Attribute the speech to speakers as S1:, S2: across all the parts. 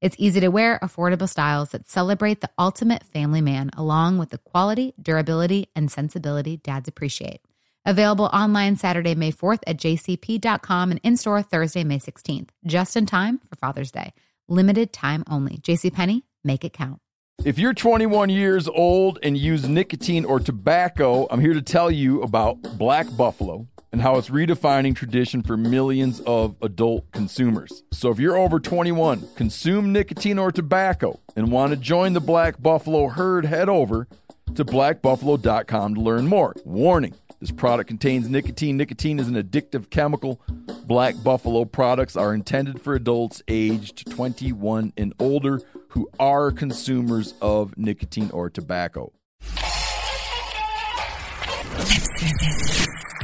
S1: It's easy to wear, affordable styles that celebrate the ultimate family man, along with the quality, durability, and sensibility dads appreciate. Available online Saturday, May 4th at jcp.com and in store Thursday, May 16th, just in time for Father's Day. Limited time only. JCPenney, make it count.
S2: If you're 21 years old and use nicotine or tobacco, I'm here to tell you about Black Buffalo and how it's redefining tradition for millions of adult consumers. So if you're over 21, consume nicotine or tobacco, and want to join the Black Buffalo herd, head over to blackbuffalo.com to learn more. Warning this product contains nicotine. Nicotine is an addictive chemical. Black Buffalo products are intended for adults aged 21 and older who are consumers of nicotine or tobacco.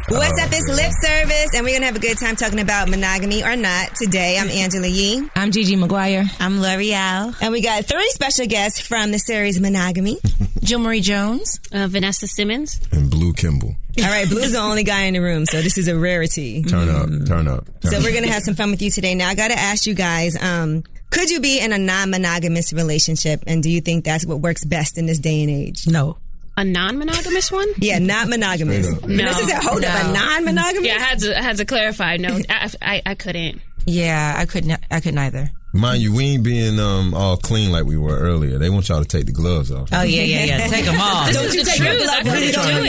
S3: What's up? It's lip service, and we're gonna have a good time talking about monogamy or not today. I'm Angela Yee.
S4: I'm Gigi McGuire.
S5: I'm L'Oreal.
S3: And we got three special guests from the series Monogamy.
S4: Jill Marie Jones.
S5: Uh, Vanessa Simmons.
S6: And Blue Kimball.
S3: All right, Blue's the only guy in the room, so this is a rarity.
S6: Turn up,
S4: Mm.
S6: turn up. Turn
S3: so we're gonna have some fun with you today. Now I gotta ask you guys, um, could you be in a non-monogamous relationship, and do you think that's what works best in this day and age?
S4: No.
S5: A non-monogamous one?
S3: Yeah, not monogamous.
S6: Straight up.
S3: No, this is a hold up,
S5: no.
S3: a non-monogamous.
S5: Yeah, I had to I had to clarify. No, I, I, I couldn't.
S4: Yeah, I couldn't. I couldn't either.
S6: Mind you, we ain't being um all clean like we were earlier. They want y'all to take the gloves off.
S4: Oh yeah, yeah, yeah. Take them off.
S5: This is the truth. I couldn't do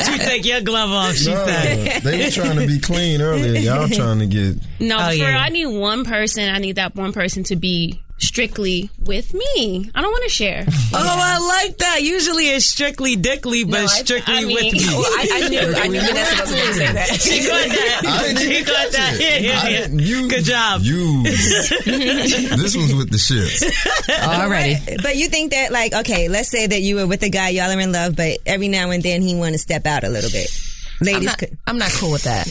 S5: it.
S4: Don't you take your glove off? She
S6: No, they were trying to be clean earlier. Y'all trying to get
S5: No,
S4: Oh,
S5: for
S4: yeah.
S5: I need one person. I need that one person to be strictly with me. I don't want to share.
S4: Oh, I like that. Usually it's strictly dickly, but strictly
S5: I mean,
S4: with me.
S5: well, I- I knew- I knew
S4: Vanessa was going to say that. She got that.
S6: I didn't
S4: she
S6: even
S4: got
S6: catch
S4: that.
S6: it. I
S4: Yeah, yeah,
S6: didn't-
S4: yeah.
S6: you-
S4: Good job.
S6: You. this was with the shit.
S4: Already.
S3: But you think that, like, okay, let's say that you were with a guy, y'all are in love, but every now and then he want to step out a little bit. Ladies,
S7: I'm not,
S3: could,
S7: I'm not cool with that.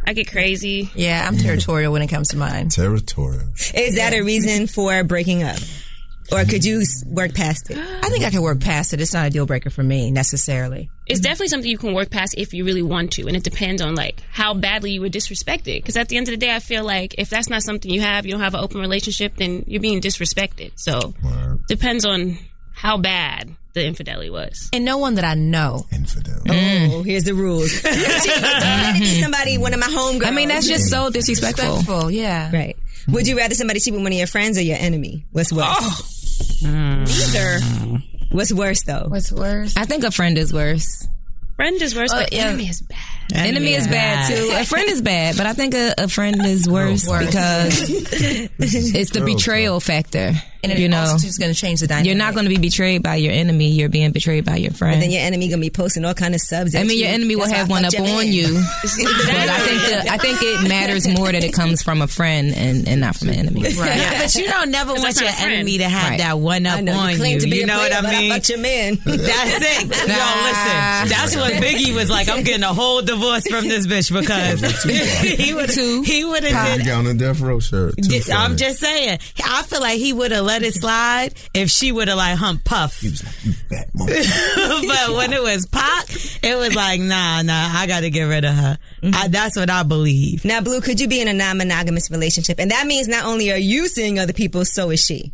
S5: I get crazy.
S7: Yeah, I'm territorial when it comes to mine.
S6: Territorial.
S3: is that a reason for breaking up, or could you s- work past it?
S7: I think I can work past it. It's not a deal breaker for me necessarily.
S5: It's definitely something you can work past if you really want to, and it depends on like how badly you were disrespected. Because at the end of the day, I feel like if that's not something you have, you don't have an open relationship, then you're being disrespected. So
S6: Word.
S5: depends on how bad the infidelity was.
S7: And no one that I know.
S6: Infidel.
S4: Mm.
S3: Oh, here's the rules. Don't let it be somebody, one of my homegirls.
S7: I mean, that's just so disrespectful. yeah.
S3: right. Would you rather somebody cheat with one of your friends or your enemy? What's worse?
S5: Either
S3: What's worse though?
S7: What's worse?
S4: I think a friend is worse.
S5: friend is worse,
S7: Oh,
S5: but
S7: yeah.
S5: enemy is bad.
S4: Enemy is bad too. A friend is bad, but I think a, a friend is worse,
S7: Oh, Worse.
S4: because it's the
S6: girl
S4: betrayal factor.
S7: And it
S4: you know,
S7: also is going to change the dynamic.
S4: you're not going to be betrayed by your enemy. You're being betrayed by your friend.
S3: Then your enemy gonna be posting all kind of subs.
S4: I
S3: at
S4: mean, your
S3: you.
S4: enemy will
S3: That's why
S4: have
S3: I
S4: one up
S3: fucked your
S4: on
S3: man.
S4: you. But I think the, I think it matters more that it comes from a friend and, and not from an enemy.
S7: Right.
S8: But you don't never want
S5: that's
S8: your
S5: not a friend.
S8: enemy to have
S4: Right.
S8: that one up
S3: I know
S8: on
S3: you
S8: you.
S3: claim to be
S8: you
S3: a
S8: know
S3: player,
S8: what
S3: but
S8: I mean?
S3: fucked your man.
S8: That's it. Yo, listen. That's what Biggie was like. I'm getting a whole divorce from this bitch because he would he would have
S6: You
S8: did.
S6: got on a death row shirt. Too
S8: did- I'm
S6: funny.
S8: just saying. I feel like he would have let it slide if she would have like hump puff.
S6: He was like, you fat motherfucker.
S8: but when it was Pac, it was like, nah, nah, I got to get rid of her. I, that's what I believe.
S3: Now, Blue, could you be in a non-monogamous relationship? And that means not only are you seeing other people, so is she.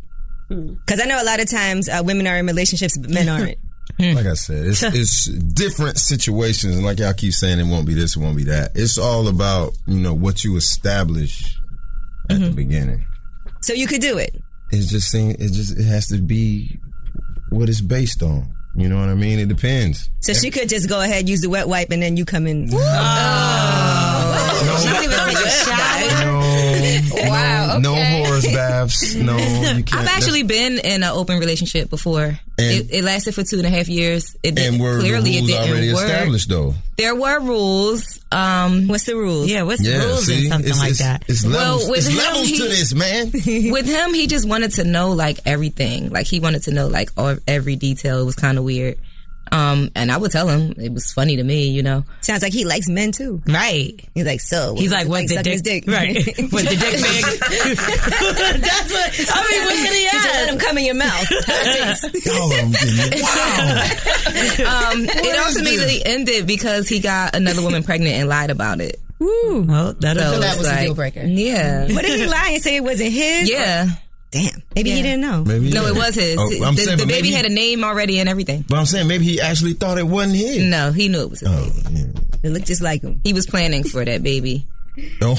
S3: Because I know a lot of times uh, women are in relationships, but men aren't.
S6: like I said, it's, it's different situations. And like y'all keep saying, it won't be this, it won't be that. It's all
S3: Mm-hmm.
S6: about, you know, what you establish at the beginning.
S3: so you could do it.
S6: it just seems it just it has to be what it's based on. You know what I mean? It depends.
S9: So she could just go ahead, use the wet wipe, and then you come in.
S6: No,
S7: don't even take a shower.
S6: no, wow, no, horse baths. No, you can't.
S3: I've actually been in an open relationship before. It, it lasted for two and a half years. It
S6: and
S3: didn't,
S6: were
S3: clearly
S6: the rules
S3: it didn't
S6: already
S3: work.
S6: established though?
S3: There were rules. Um,
S9: What's the rules?
S10: Yeah, what's
S6: Yeah,
S10: the rules
S6: see,
S10: and something
S6: it's,
S10: like
S6: it's,
S10: that?
S6: It's
S3: Well,
S6: levels.
S3: with
S6: it's
S3: him,
S6: levels
S3: he-
S6: to this, man.
S3: with him, he just wanted to know like everything. Like he wanted to know like all, every detail. It was kind of weird. Um, and I would tell him it was funny to me, you know.
S9: Sounds like he likes men too.
S10: Right.
S9: He's like, so
S10: He's like,
S9: what's
S10: what's
S9: it
S10: the
S9: sucking
S10: dick?
S9: his dick?
S10: Right. What's the dick big? That's what I mean. What did he
S9: Did you
S10: ask?
S9: let him come in your mouth?
S6: Y'all are getting wow.
S3: Um, it ultimately ended because he got another woman pregnant and lied about it.
S10: Oh, that'll
S3: So
S10: do
S3: that
S10: it.
S3: was a deal
S7: breaker.
S3: Yeah.
S9: what did he lie and say it wasn't his?
S3: Yeah.
S9: Damn. Maybe he didn't know.
S6: Maybe
S3: No,
S6: yeah.
S3: it was his.
S6: Oh, I'm
S3: the
S6: saying,
S3: the
S6: but
S3: baby
S6: maybe,
S3: had a name already and everything.
S6: But I'm saying maybe he actually thought it wasn't his.
S3: No, he knew it was his
S6: Oh,
S3: baby.
S6: yeah.
S9: It looked just like him.
S3: He was planning for that baby.
S6: oh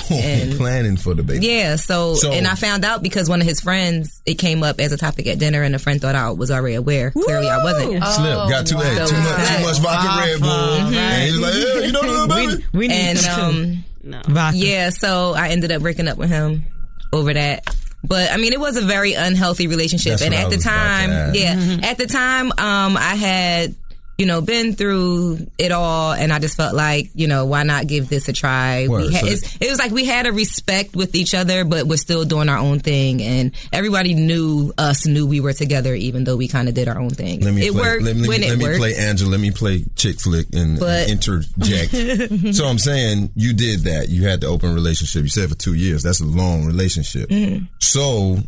S6: planning for the baby.
S3: Yeah, so,
S6: So-
S3: and I found out because one of his friends it came up as a topic at dinner, and a friend thought I was already aware. Clearly, I wasn't.
S6: Slip got too hey, too much too much vodka Red Bull,
S8: Mm-hmm.
S6: and he's like, yeah, you know the little baby.
S10: We need
S3: And
S10: some
S3: um,
S10: vodka.
S3: yeah, so I ended up breaking up with him over that. But I mean, it was a very unhealthy relationship,
S6: That's
S3: and
S6: what
S3: at
S6: I
S3: the
S6: was about to
S3: time,
S6: ask.
S3: yeah, at the time, um, I had you know been through it all, and I just felt like you know why not give this a try?
S6: Word,
S3: we had,
S6: so-
S3: it's, it was like we had a respect with each other, but we're still doing our own thing, and everybody knew us knew we were together, even though we kind of did our own thing.
S6: Let me
S3: it
S6: play,
S3: worked
S6: let me,
S3: when
S6: let
S3: it
S6: me
S3: worked.
S6: play Angela. Let me play chick flick and,
S3: But-
S6: and interject. so I'm saying you did that. You had the open relationship. You said for two years. That's a long relationship.
S3: Mm-hmm.
S6: So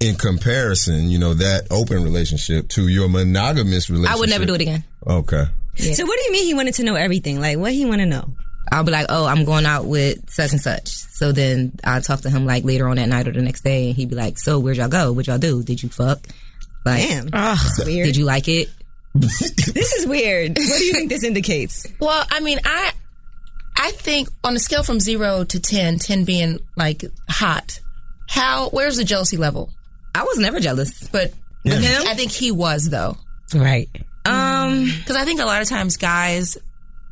S6: in comparison, you know that open relationship to your monogamous relationship.
S3: I would never do it again.
S6: Okay.
S9: So what do you mean he wanted to know everything? Like what he want to know?
S3: I'll be like, oh, I'm going out with such and such. So then I talk to him like later on that night or the next day, and he'd be like, so where'd y'all go? What y'all do? Did you fuck? Like,
S9: Damn. It's weird.
S3: did you like it?
S9: This is weird. What do you think this indicates?
S4: Well, I mean, I I think on a scale from zero to 10, 10 being like hot, how where's the jealousy level?
S3: I was never jealous.
S4: But with him, I think he was though,
S10: Right.
S4: Um, because I think a lot of times guys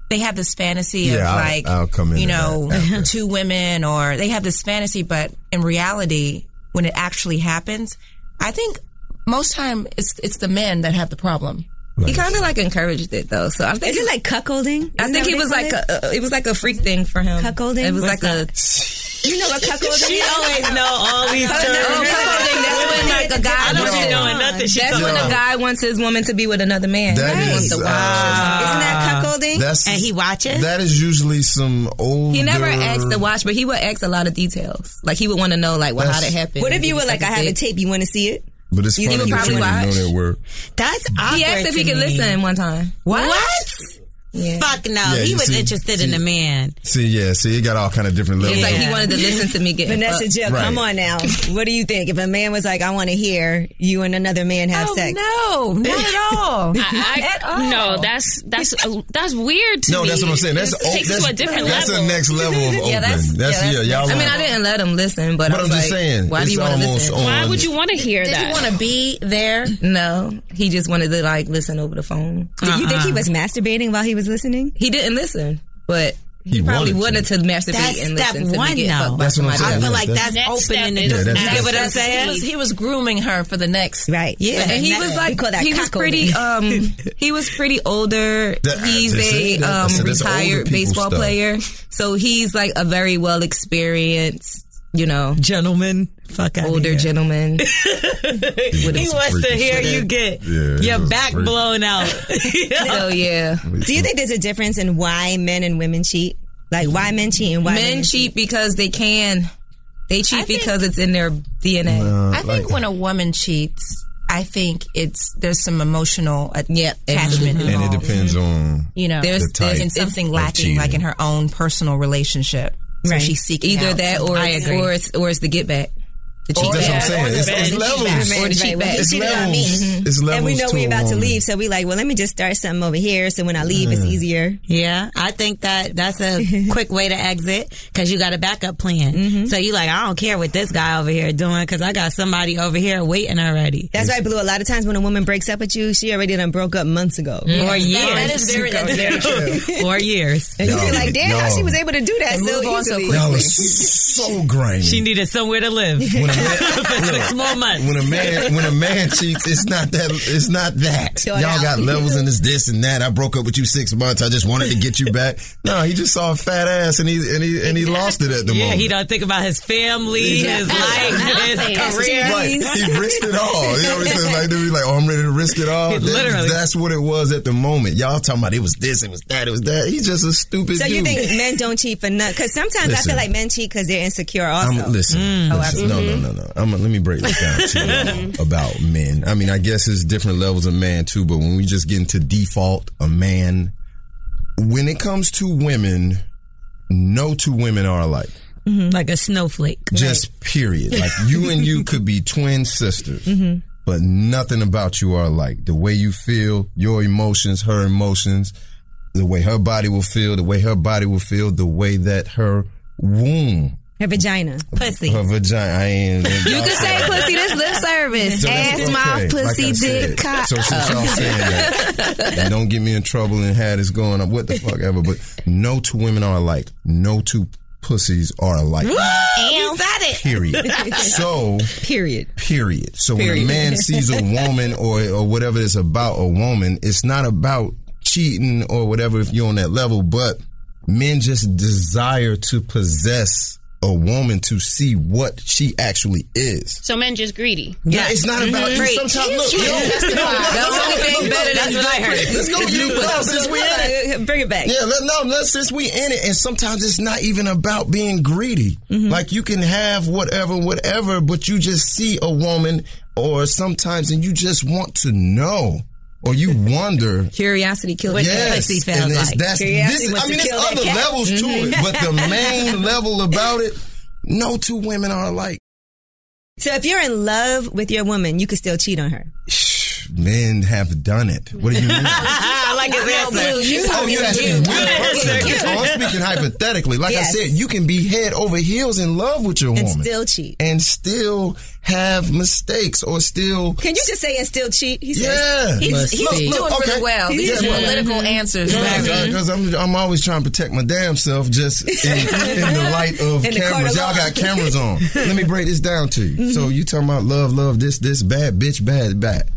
S4: they have this fantasy of
S6: Yeah, I'll-
S4: like
S6: I'll come into
S4: you know
S6: that after.
S4: two women or they have this fantasy, but in reality, when it actually happens, I think most time it's it's the men that have the problem.
S3: He kind of like encouraged it though. So I think,
S9: Is it like cuckolding?
S3: I think
S9: Isn't that
S3: he
S9: what
S3: was
S9: they
S3: like,
S9: call it?
S3: a, a- it was like a freak thing for him.
S9: Cuckolding?
S3: It was like
S9: What's
S3: a,
S9: you know what cuckolding
S10: She
S9: is?
S10: always know all these terms.
S3: Oh, cuckolding. That's when like a guy
S10: I don't
S3: wants
S10: be
S3: his-
S10: knowing nothing. She
S3: that's
S10: talking
S3: when a
S10: about.
S3: guy wants his woman to be with another man.
S6: That
S3: He wants
S6: is,
S3: to
S6: uh,
S3: watch.
S9: Isn't that cuckolding?
S6: That's
S10: And he watches?
S6: That is usually some old.
S3: He never asked to watch, but he would ask a lot of details. Like he would want to know, like, well, how
S6: That's-
S3: did it happen?
S9: what if you were like, I have a
S3: tape.
S9: tape, you want to see it?
S6: But it's
S3: You
S6: funny
S3: think
S6: that
S3: probably
S6: you didn't
S3: watch?
S6: know that word.
S10: That's awkward.
S3: He asked if he
S10: to
S3: could
S10: me.
S3: listen one time.
S10: What?
S3: Yeah.
S10: Fuck no.
S6: Yeah,
S10: he
S6: you
S10: was
S6: see-
S10: interested in
S6: see-
S10: a man.
S6: See, yeah, see, it got all kind of different levels.
S3: It's like he
S10: Yeah.
S3: wanted to listen to me getting
S9: Vanessa
S3: fucked.
S9: Jill,
S6: Right.
S9: come on now.
S8: Oh.
S9: What do you think? If a man was like, I want to hear you and another man have sex.
S4: Oh, no, not at all.
S5: I, I, no, that's that's uh, that's weird to
S6: no,
S5: me.
S6: that's what I'm saying. That's
S5: It
S6: o-
S5: takes
S6: that's,
S5: it to a different
S6: that's
S5: level.
S6: the next level of open. that's, yeah, y'all.
S3: I mean,
S6: are-
S3: I didn't let him listen, but,
S6: But
S3: I
S6: I'm
S3: was
S6: just
S3: like,
S6: saying,
S3: why do
S6: it's
S3: you want to
S6: almost
S3: listen?
S6: on-
S5: Why would you want to hear
S4: Did
S5: that?
S4: you want to be there?
S3: No, he just wanted to like listen over the phone.
S9: Do you
S6: Uh-uh.
S9: think he was masturbating while he was listening?
S3: He didn't listen, but he, probably wanted
S6: wanted
S3: to, masturbate
S10: That's
S3: and
S10: step
S3: listen to
S10: one,
S3: me get
S10: though.
S3: fucked by
S6: That's what I'm
S3: somebody
S6: saying.
S10: I
S3: else.
S10: feel like
S6: Yeah,
S10: that's
S5: that's- next
S10: opening the
S5: step
S10: door.
S6: is- Yeah, that's-
S10: You get what I'm
S6: that's-
S4: He
S10: saying?
S4: was, he was grooming her for the next.
S9: Right. Yeah.
S3: and he was like, he was pretty, um, he was pretty older.
S6: That-
S3: he's
S6: that's
S3: a
S6: it. That's-
S3: um,
S6: that's older
S3: retired
S6: people
S3: baseball
S6: stuff.
S3: player, so he's like a very well experienced, you know,
S10: Gentlemen. Fuck out
S3: older
S10: here.
S3: gentleman.
S10: He wants to hear you get
S6: Yeah, he
S10: your
S6: was
S10: back
S6: freaky.
S10: blown out.
S3: so yeah,
S9: Do you think there's a difference in why men and women cheat? Like why men cheat and why
S3: men
S9: women
S3: cheat because they can. They cheat because it's in their DNA.
S4: I think when a woman cheats, I think it's there's some emotional uh,
S3: Yep,
S4: attachment involved.
S6: Mm-hmm. and it depends on.
S4: You know,
S3: There's
S6: The type
S4: and something
S6: of
S4: lacking, like in
S6: cheating.
S4: her own personal relationship. So
S9: Right.
S4: she's seeking
S3: either
S4: out
S3: that
S4: some-
S3: or it's, or it's or it's the get back. the cheat.
S6: Well, that's what I'm
S3: back.
S6: saying. It's- it's levels.
S9: Or the cheat back.
S6: It's
S9: He cheated on me.
S6: levels. It's
S9: And we
S6: levels
S9: know
S6: to
S9: we're
S6: a
S9: about to
S6: woman.
S9: leave, so we like, well, let me just start something over here, so when I leave, it's
S8: Mm.
S9: easier.
S8: Yeah, I think that that's a quick way to exit because you got a backup plan. So you like, I don't care what this guy over here doing because I got somebody over here waiting already.
S9: That's right, Blue. A lot of times when a woman breaks up with you, she already done broke up months ago.
S8: Or years. or years.
S9: And you be like, damn, how
S6: y'all-
S9: she was able to do that
S6: And
S9: so
S6: move on so
S9: easily.
S6: quickly. Y'all are so grimy.
S8: She needed somewhere to live for six more months.
S6: When a man when a man cheats, it's not that it's not that.
S8: Throw it
S6: Y'all
S8: out.
S6: got levels in this this and that. I broke up with you six months. I just wanted to get you back. No, he just saw a fat ass and he and he and he lost it at the
S8: yeah,
S6: moment.
S8: he don't think about his family, his life, his career.
S6: Right. He risked it all. You know what I'm saying? Like, they be like, oh, I'm ready to risk it all. That-
S8: Literally.
S6: That's what it was at the moment. Y'all talking about it was this, it was that, it was that. He's just a stupid
S9: So
S6: dude.
S9: you think men don't cheat for nothing? Because sometimes I
S6: Listen.
S9: feel like men cheat because they're insecure. Also,
S6: I'm, listen,
S9: Mm.
S8: Oh,
S6: listen, no, no, no, no. I'm, let me break this down to you about men. I mean, I guess it's different levels of man too, but when we just get into default, a man, when it comes to women, no two women are alike.
S8: Mm-hmm. Like a snowflake.
S6: Just period. Like you and you could be twin sisters.
S8: Mhm.
S6: But nothing about you are alike. The way you feel, your emotions, her emotions, the way her body will feel, the way her body will feel, the way that her womb,
S9: her vagina,
S8: pussy.
S6: her vagina. I ain't.
S9: You could say pussy. This lip service.
S6: So
S9: Ass,
S6: that's okay.
S9: mouth, pussy,
S6: Like I said,
S9: dick, cock.
S6: So since y'all saying that, and don't get me in trouble and had this going on, what the fuck ever. But no two women are alike. No two pussies are alike.
S9: you
S8: said it.
S6: Period. So
S9: period.
S6: Period. So when a
S9: Period.
S6: man sees a woman or or whatever it's about a woman, it's not about cheating or whatever if you're on that level, but men just desire to possess a woman to see what she actually is.
S5: So men just greedy.
S6: Yeah, it's not about you.
S5: Preach.
S6: Sometimes look, yo, that's the Let's go, you. No, since we in it,
S9: bring it back.
S6: Yeah, let, no, let, since we in it, and sometimes it's not even about being greedy. Like you can have whatever, whatever, but you just see a woman, or sometimes, and you just want to know, or you wonder.
S3: Curiosity kills
S6: Yes, and it's- that's- this- I mean, there's other levels to it, but the main level about it, no two women are alike.
S9: So if you're in love with your woman, you can still cheat on her.
S6: Men have done it. What do you mean?
S8: I like his answer.
S6: oh, you asked me.
S8: You.
S6: Really oh, I'm speaking hypothetically. Like
S9: Yes.
S6: I said, you can be head over heels in love with your
S9: And
S6: woman
S9: still cheat.
S6: and still have mistakes or still.
S9: Can you just say and still cheat? He
S6: Yeah,
S9: says,
S6: Must
S9: he's,
S6: be.
S9: he's
S6: Look,
S9: doing
S6: look,
S9: really
S6: okay.
S4: Oh,
S9: well.
S6: Yeah,
S9: These are
S6: well,
S9: political answers.
S6: Because I'm, I'm always trying to protect my damn self just in, in the light of
S9: In the
S6: cameras.
S9: court of
S6: Y'all
S9: law.
S6: got cameras on. Let me break this down to you. So you talking about love, love, this, this, bad, bitch, bad, bad.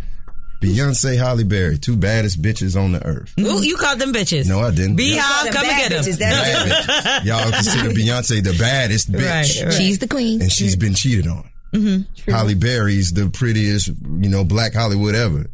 S6: Beyonce, Holly Berry, two baddest bitches on the earth.
S8: Ooh, you called them bitches.
S6: No, I didn't.
S8: Beehive, come and
S9: Bad
S8: get them.
S9: bitches, that's
S6: Bad bitch. Y'all consider Beyonce the baddest bitch.
S8: Right, right. She's the queen.
S6: And she's been cheated on.
S9: Mm-hmm.
S6: Holly Berry's the prettiest, you know, black Hollywood ever.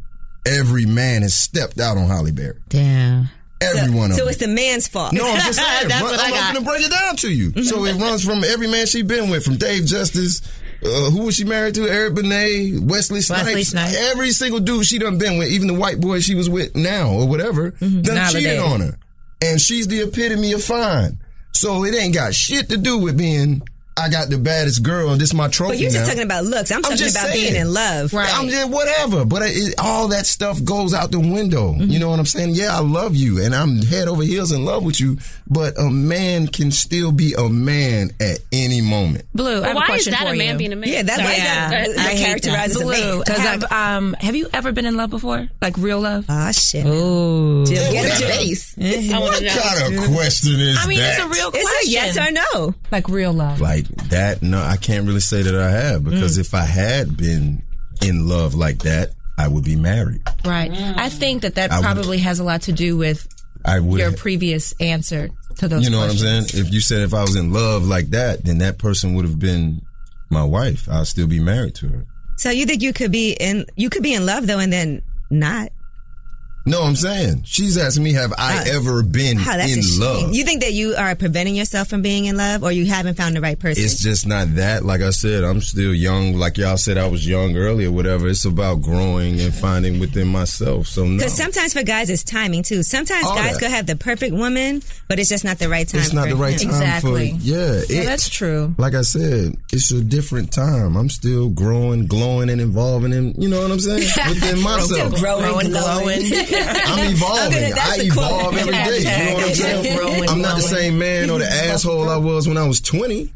S6: Every man has stepped out on Holly Berry.
S8: Damn.
S6: Every one of
S9: So
S6: them.
S9: it's the man's fault.
S6: No, I'm just saying.
S9: That's
S6: run-
S9: what
S6: I'm
S9: I got.
S6: going to break it down to you. So it runs from every man she been with, from Dave Justice, uh, who was she married to? Eric Benet, Wesley Snipes.
S8: Wesley Snipes.
S6: Every single dude she done been with, even the white boy she was with now or whatever,
S9: Mm-hmm.
S6: done
S8: Nowadays.
S6: cheated on her. And she's the epitome of fine. So it ain't got shit to do with being, I got the baddest girl and this my trophy
S9: But you're just
S6: now.
S9: talking about looks. I'm, talking
S6: just
S9: about
S6: saying.
S9: being in love.
S6: I'm just whatever, but it, it- all that stuff goes out the window.
S4: Mm-hmm.
S6: You know what I'm saying? Yeah, I love you, and I'm head over heels in love with you. But a man can still be a man at any moment.
S4: Blue, I have a
S5: why
S4: question
S5: is that
S4: for
S5: a man
S4: you.
S5: being a man?
S4: Yeah,
S9: that- why is that- that characterized as a man?
S4: Uh, Blue,
S9: 'Cause
S4: have, um, have you ever been in love before? Like real love?
S9: Ah, shit.
S4: Oh.
S9: Jill, get it, Jill.
S6: What kind of question is
S4: Mm-hmm. I mean,
S6: that?
S4: it's a real
S9: It's
S4: question.
S9: a yes or no.
S4: Like real love.
S6: like that. No, I can't really say that I have because
S4: Mm.
S6: if I had been in love like that, I would be married.
S4: Right. I think that that
S6: I would-
S4: probably has a lot to do with
S6: I would.
S4: your
S6: have-
S4: previous answer to those
S6: you know
S4: questions.
S6: what I'm saying? If you said if I was in love like that, then that person would have been my wife. I'd still be married to her.
S9: So you think you could be in you could be in love though and then not.
S6: No, I'm saying she's asking me, have I
S9: Uh,
S6: ever been
S9: Wow, that's a
S6: in
S9: shame.
S6: love?
S9: You think that you are preventing yourself from being in love, or you haven't found the right person?
S6: It's just not that. Like I said, I'm still young. Like y'all said, I was young earlier. Whatever. It's about growing and finding within myself. So no,
S9: Because sometimes for guys, it's timing too. Sometimes
S6: All
S9: guys
S6: that.
S9: could have the perfect woman, but it's just not the right time.
S6: it's not
S9: for
S6: the right
S9: him.
S6: time for yeah. it.
S9: true.
S6: Like I said, it's a different time. I'm still growing, glowing, and evolving, and you know what I'm saying within myself. I'm evolving. I evolve every day. You know what I'm saying? I'm not the same man or the asshole I was when I was 20.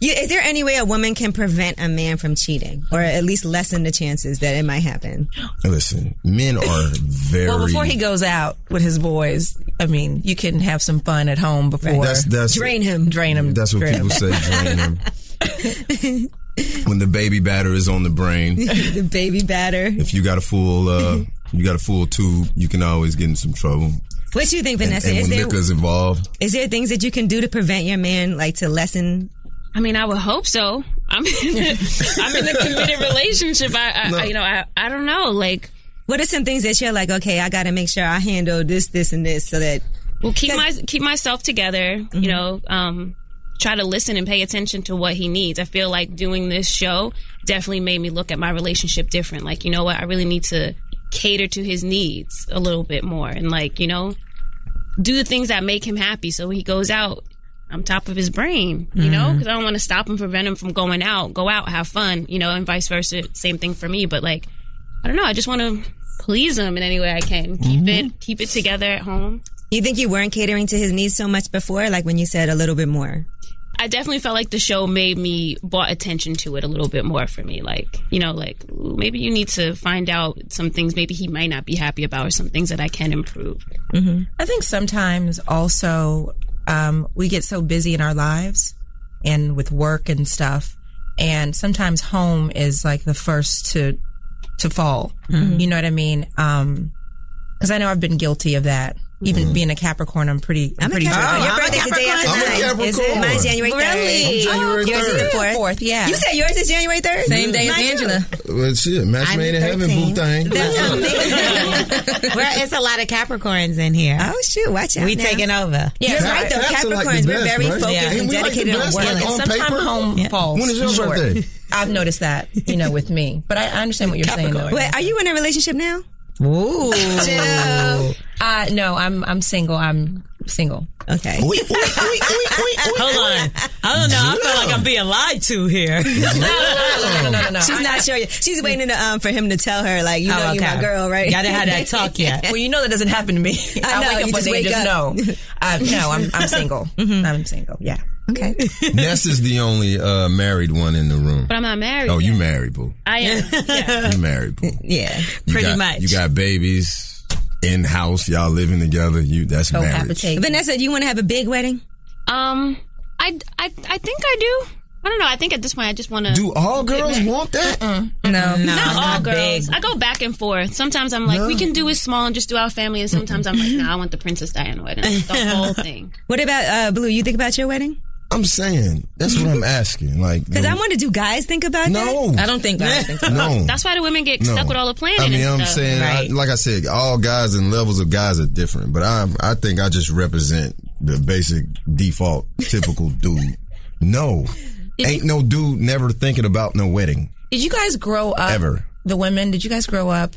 S9: You, is there any way a woman can prevent a man from cheating, or at least lessen the chances that it might happen?
S6: Listen, men are very.
S4: Well, before he goes out with his boys, I mean, you can have some fun at home before.
S6: That's- that's- Drain
S9: him.
S4: Drain him.
S6: That's what
S4: Drain
S6: people
S4: him.
S6: say, drain him. when the baby batter is on the brain,
S9: the baby batter.
S6: if you got a full, uh, you got a full tube, you can always get in some trouble.
S9: What you think, Vanessa?
S6: and
S9: is
S6: when
S9: there
S6: liquor's involved,
S9: is there things that you can do to prevent your man, like to lessen?
S5: I mean, I would hope so. I'm in, I'm in a committed relationship. I, I,
S9: No.
S5: I you know, I, I don't know. Like,
S9: what are some things that you're like? Okay, I got to make sure I handle this, this, and this, so that
S5: well, keep my keep myself together. You know, um, try to listen and pay attention to what he needs. I feel like doing this show definitely made me look at my relationship different. Like, you know what? I really need to cater to his needs a little bit more, and like, you know, do the things that make him happy. So when he goes out, I'm top of his brain. You know,
S11: Mhm.
S5: because I don't want to stop him, prevent him from going out. Go out, have fun. You know, and vice versa. Same thing for me. But like, I don't know. I just want to please him in any way I can. Keep it keep it together at home.
S9: you think you weren't catering to his needs so much before, like when you said a little bit more.
S5: I definitely felt like the show made me brought attention to it a little bit more for me. Like, you know, like ooh, maybe you need to find out some things maybe he might not be happy about or some things that I can improve.
S4: I think sometimes also um, we get so busy in our lives and with work and stuff, and sometimes home is like the first to to fall.
S9: Mm-hmm.
S8: Mhm.
S4: You know what I mean? Because I know I've been guilty of that. Even being a Capricorn, I'm pretty. I'm,
S9: Mm-hmm. Oh, a
S4: pretty.
S9: Capricorn. Your birthday's the day after
S4: I'm
S9: mine.
S4: a
S9: Is it?
S4: Capricorn.
S9: Mine's January
S4: Really?
S9: 3rd.
S4: Oh,
S9: Yours is the
S4: okay.
S9: 4th.
S4: Fourth, yeah.
S9: You said yours is January 3rd?
S4: Same day as
S9: Mine too.
S4: Angela.
S6: well, shit, match
S8: I'm
S6: made in heaven, boo
S8: 13.
S6: thing.
S8: Well, it's a lot of Capricorns in here.
S9: Oh shoot, watch out
S8: We
S9: now.
S8: taking over.
S9: You're right though. Capricorns, we're very focused and dedicated on work.
S4: And sometime home falls
S9: When is your
S4: short.
S9: birthday?
S4: I've noticed that, you know, with me. But I, I understand what you're saying, though.
S9: Wait, are you in a relationship now?
S4: Ooh.
S9: Chill.
S4: Uh, no, I'm I'm single. I'm single.
S9: Okay.
S10: Hold on. I don't know. I feel like I'm being lied to here.
S9: no, no, no. She's not sure yet. She's waiting to, um, for him to tell her, like, you know,
S4: Oh,
S9: you
S4: okay.
S9: my girl, right?
S4: Y'all didn't have that talk yet. Well, you know that doesn't happen to me. I wake up Mm-hmm.
S9: you
S4: one day and just know. Uh, no, I'm- I'm single. I'm single. Yeah.
S9: Okay.
S6: Ness is the only uh, married one in the room.
S5: But I'm not married.
S6: Oh,
S5: yet.
S6: you married, boo.
S5: I am. Yeah.
S9: Uh,
S6: You married, boo.
S9: Yeah.
S6: You
S5: Pretty
S6: got-
S5: much.
S6: You got babies in house. Y'all living together. You that's marriage.
S9: Vanessa, do you want to have a big wedding?
S5: Um, I, I, I think I do. I don't know. I think at this point, I just want to.
S6: Do all girls want that?
S9: No,
S5: not all girls. I go back and forth. Sometimes I'm like, we can do it small and just do our family. And sometimes I'm like, no, I want the Princess Diana wedding. The whole thing.
S9: What about uh, Blue? You think about your wedding?
S6: I'm saying that's what I'm asking. Like,
S9: Because
S6: the-
S9: I want to do guys think about
S6: No.
S9: that?
S6: I don't think guys think about No. that.
S5: That's why the women get stuck with all the planning.
S6: I mean,
S5: and
S6: I'm
S5: stuff.
S6: saying, I, like I said, all guys and levels of guys are different, but I'm, I think I just represent the basic default typical dude. No, ain't no dude never thinking about no wedding
S4: Did you guys grow up?
S6: ever.
S4: The women, did you guys grow up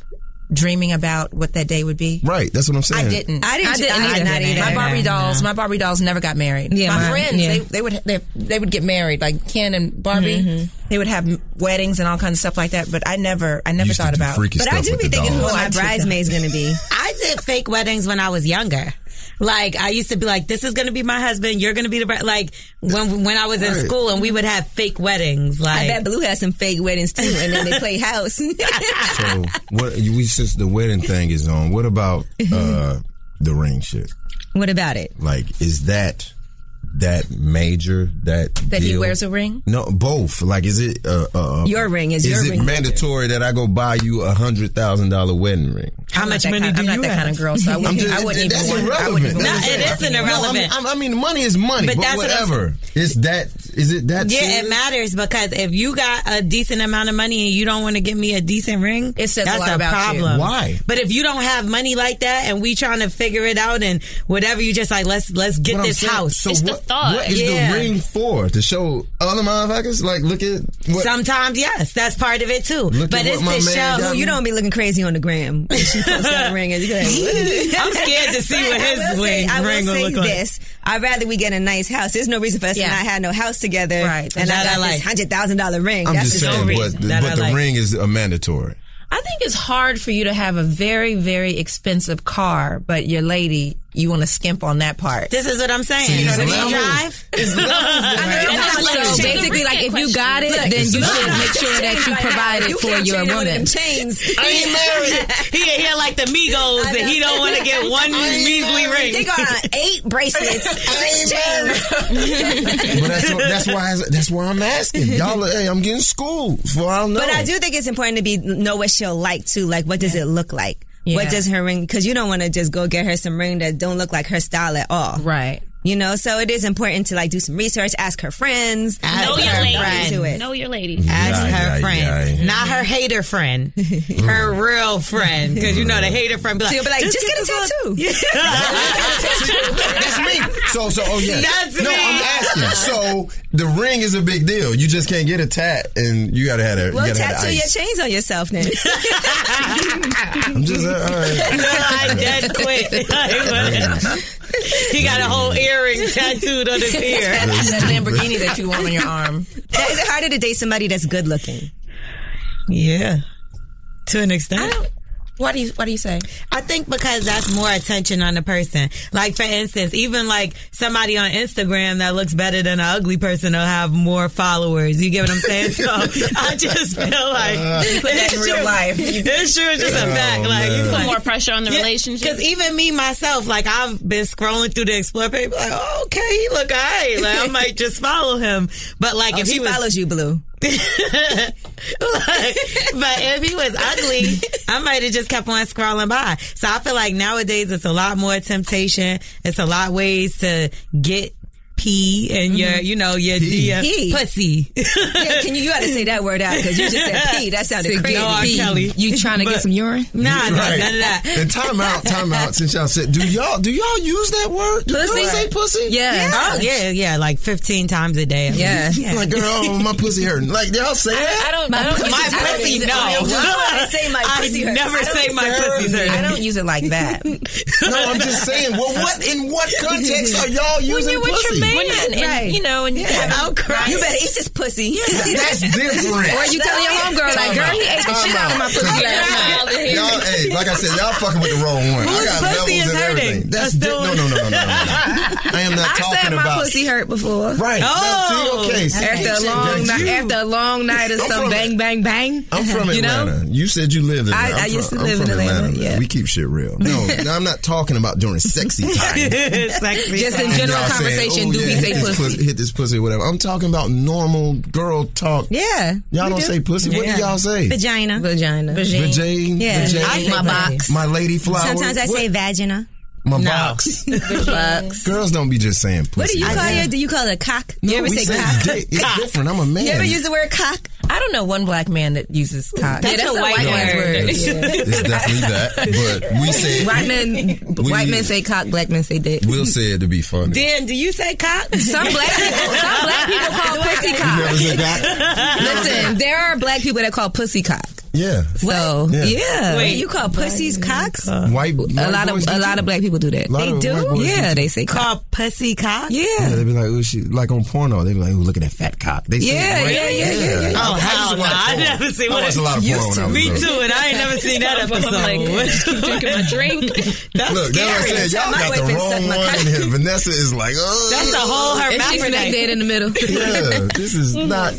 S4: dreaming about what that day would be?
S6: Right, that's what I'm saying.
S4: I didn't.
S9: I didn't- I did not either.
S4: My Barbie
S9: No.
S4: dolls, my Barbie dolls never got married.
S9: Yeah,
S4: my
S9: mine-
S4: friends,
S9: yeah.
S4: they, they would they, they would get married, like Ken and Barbie.
S6: Mm-hmm.
S4: They would have weddings and all kinds of stuff like that. But I never, I never
S6: Used to
S4: thought
S6: do
S4: about.
S6: freaky But I stuff do with be the thinking who dolls. my
S9: bridesmaid's going to be.
S8: I did fake weddings when I was younger. Like I used to be like, this is gonna be my husband. You're gonna be the bride. Like when when I was in
S9: Right.
S8: school and we would have fake weddings. Like
S9: I bet Blue has some fake weddings too, and then they play house.
S6: So what? You, we since the wedding thing is on, what about uh, the ring shit?
S9: what about it?
S6: Like, is that that major? That
S4: That he
S6: deal?
S4: wears a ring?
S6: No, both. Like, is it uh, uh, uh,
S9: Your ring is
S6: Is
S9: your
S6: it
S9: ring.
S6: mandatory that I go buy you a hundred thousand dollar wedding ring?
S4: I'm
S7: much
S4: not that
S7: money
S4: kind,
S7: do
S4: I'm
S7: you
S4: not that kind
S7: have?
S4: of girl, so I
S7: I'm
S4: wouldn't,
S7: just-
S4: I wouldn't
S7: that's
S4: even want- I wouldn't even
S7: irrelevant.
S4: want
S7: No,
S4: to.
S7: it is
S8: irrelevant.
S6: No, I, mean, I mean, money is money,
S8: But
S6: but,
S8: that's what I'm
S6: whatever. It's that. Is it that?
S8: yeah,
S6: serious?
S8: it matters because if you got a decent amount of money and you don't want to give me a decent ring, it
S7: says a
S8: that's
S7: lot about you.
S8: problem.
S6: Why?
S8: But if you don't have money like that and we trying to figure it out and whatever, you just like let's let's get
S6: What I'm
S8: this
S6: saying-
S8: house.
S6: So what, What is the ring for? To show other motherfuckers? Like, look at what.
S8: Sometimes yes, that's part of it too.
S6: Look
S8: but
S6: at
S8: it's
S6: what my
S8: to
S6: man
S8: show
S6: got
S8: Ooh,
S6: me.
S8: you
S9: You
S8: don't.
S9: don't be looking crazy on the gram. when She posts that ring. and you're like,
S8: I'm scared to see what his
S9: I will say,
S8: wing-
S9: I will
S8: ring will
S9: say
S8: look like.
S9: this. I'd rather we get a nice house. There's no reason for us
S8: Yeah.
S9: to not have no house together.
S8: Right.
S9: And I
S8: That I
S9: got
S8: like.
S9: this hundred thousand dollar ring.
S6: I'm
S9: That's
S6: just
S9: just
S6: saying,
S9: no
S6: but,
S9: reason.
S6: the, but the ring is a mandatory.
S4: I think it's hard for you to have a very, very expensive car, but your lady, you want to skimp on that part.
S8: This is what I'm saying.
S4: See,
S8: you know
S4: it's
S8: what I mean?
S4: levels.
S8: Drive.
S4: It's levels there.
S8: I mean,
S4: Right.
S8: I'm not
S4: So
S8: saying-
S11: basically, like, if you got it, then you should make sure that you provide it for your woman.
S9: Chains.
S8: I ain't married. he in here like the Migos,
S11: I
S8: and he
S11: know.
S8: don't want to get one
S11: I ain't married.
S8: measly ring.
S11: They got
S9: eight bracelets, six
S6: but that's, that's why that's why I'm asking y'all. Hey, I'm getting schooled for I don't know.
S9: But I do think it's important to be know what she'll like too. Like, what does it look like?
S6: Yeah.
S9: What does her ring? Because you don't want to just go get her some ring that don't look like her style at all.
S4: Right.
S9: You know, so it is important to like do some research, ask her friends, ask
S8: Know your
S9: her
S8: lady.
S9: friend.
S8: Into it.
S5: Know your lady.
S6: Mm-hmm.
S8: Ask
S9: Yeah,
S8: her
S9: yeah,
S8: friend,
S9: yeah.
S8: not her hater friend,
S7: Mm.
S8: her real friend. Because you know the hater friend be like,
S9: She'll be like, just, get, a tattoo.
S6: That's me. So so oh yeah.
S8: That's
S6: no,
S8: me.
S6: I'm asking. So the ring is a big deal. You just can't get a tat, and you gotta have a.
S9: Well,
S6: you gotta have
S9: tattoo
S6: the
S9: your
S6: ice.
S9: chains on yourself then.
S6: I'm just uh, all right.
S8: I dead quit. he got a whole earring tattooed on his ear.
S4: That Lamborghini that you want on your arm.
S9: That- Is it harder to date somebody that's good looking?
S8: Yeah, to an extent.
S4: What do you What do you say?
S8: I think because that's more attention on the person. Like for instance, even like somebody on Instagram that looks better than an ugly person will have more followers. You get what I'm saying? So I just feel like
S7: Uh, You put that in
S8: it's
S7: real
S8: true.
S7: life.
S8: It's true. It's just a
S7: Oh,
S8: fact. Like
S7: man.
S8: you
S7: Put
S5: more pressure on the relationship.
S8: Because even me myself, like I've been scrolling through the explore page, like oh, okay, he look alright. Like I might just follow him. But like
S9: Oh,
S8: if
S9: she
S8: he was,
S9: follows you, Blue.
S8: Like, but if he was ugly, I might have just kept on scrolling by. So I feel like nowadays it's a lot more temptation. It's a lot ways to get pee and your,
S9: Mhm.
S8: you know, your
S9: Pee.
S8: your
S9: Pee.
S8: pussy.
S9: Yeah, can you, you got to say that word out because you just said pee. That sounded crazy.
S8: No, R. Kelly. But- Nah,
S6: Right.
S8: nah, none of that.
S6: And time out, time out. Since y'all said, do y'all do y'all use that word? Do
S8: Pussy.
S6: y'all say pussy?
S8: Oh, yeah, yeah, like 15 times a day. at least.
S6: Like girl, oh, my pussy hurting. Like y'all say that?
S8: I don't- I don't use it. I don't use it. I don't- I say my pussy hurts. I don't use it.
S4: I don't use it like that. no,
S6: I'm just saying. Well, what in what context are y'all using pussy?
S4: Right. Yeah.
S9: You better eat this pussy.
S6: Oh, That's different.
S11: Or you tell your homegirl, like, girl, he ate the
S6: Time
S11: shit out of my pussy
S6: Time
S11: last
S6: out.
S11: night.
S6: Y'all, hey, like I said, y'all fucking with the wrong one. I
S11: Whose
S6: got
S11: pussy
S6: levels
S11: is
S6: and
S11: hurting?
S6: everything. That's di- no, no, no, no, no, no. no. I am not
S11: I
S6: talking
S11: said my
S6: about
S11: pussy hurt before.
S6: Right. Oh. Now, see, okay, see,
S11: after
S6: that's
S11: a long
S6: you.
S11: night, after a long night of
S6: I'm
S11: some
S6: from-
S11: bang, bang, bang.
S6: I'm from
S11: You know?
S6: Atlanta. You, said you lived in
S11: I-
S6: Atlanta.
S11: I
S6: I'm
S11: used
S6: from,
S11: to
S6: I'm
S11: live
S6: from
S11: in Atlanta,
S6: man.
S11: yeah.
S6: We keep shit real. No, no, I'm not talking about during sexy time.
S8: Sexy
S11: Just in
S6: And
S11: general
S6: y'all saying,
S11: conversation,
S6: "Oh,
S11: do
S6: yeah,
S11: we
S6: hit
S11: say
S6: this
S11: pussy?
S6: Hit this pussy, whatever. I'm talking about normal girl talk.
S9: Yeah.
S6: Y'all don't say pussy. What do y'all say?
S9: Vagina.
S8: Vagina.
S6: Vagina. Vagina.
S9: Yeah.
S6: My box. My lady flower.
S9: Sometimes I
S6: What?
S9: say vagina.
S6: My box. Girls don't be just saying pussy.
S9: What do you
S6: I
S9: call
S6: do.
S9: your? Do you call it a cock?
S6: No,
S9: you ever
S6: we
S9: say,
S6: say
S9: cock?
S6: dick. It's different. I'm a man.
S9: You ever use the word cock?
S4: I don't know one black man that uses cock.
S11: Yeah, that's a white man's word.
S6: It's, it's definitely that. But we say
S11: White men,
S6: We-
S11: white men say cock, black men say dick.
S6: Will say it to be funny.
S8: Dan, do you say cock?
S11: Some black people, some black people call pussy cock.
S6: You never said that?
S11: Listen, there are black people that call pussy cock.
S6: Yeah.
S11: So
S6: Yeah.
S11: yeah,
S9: Wait, you call pussies cocks?
S11: a
S6: White, white
S11: lot of
S6: boys
S11: a
S6: do
S11: lot
S6: too.
S11: of black people do that.
S6: Lot of white boys do
S11: Yeah,
S6: too.
S11: they say cock.
S8: Call pussy cock?
S11: Yeah.
S6: they be like, ooh, she, like on porno, they be like, ooh, look at that fat cock. They say
S11: Yeah,
S6: it right
S11: yeah, yeah, yeah, yeah.
S8: Oh,
S6: I- I
S8: hell
S6: used to
S8: no.
S6: watch
S8: I
S6: porn.
S8: never seen
S6: I
S8: what
S6: watched a lot of porn when I was
S8: Me
S6: little.
S8: too, and I ain't never seen that
S5: I'm like,
S8: episode.
S5: keep drinking my drink.
S6: Look,
S8: That's
S6: that's what I
S8: scary.
S6: said. Y'all got the wrong one in here. Vanessa is like, oh.
S8: That's a whole
S11: And she's neck dead
S8: hermaphrodite.
S11: in the middle.
S6: Yeah, this is not.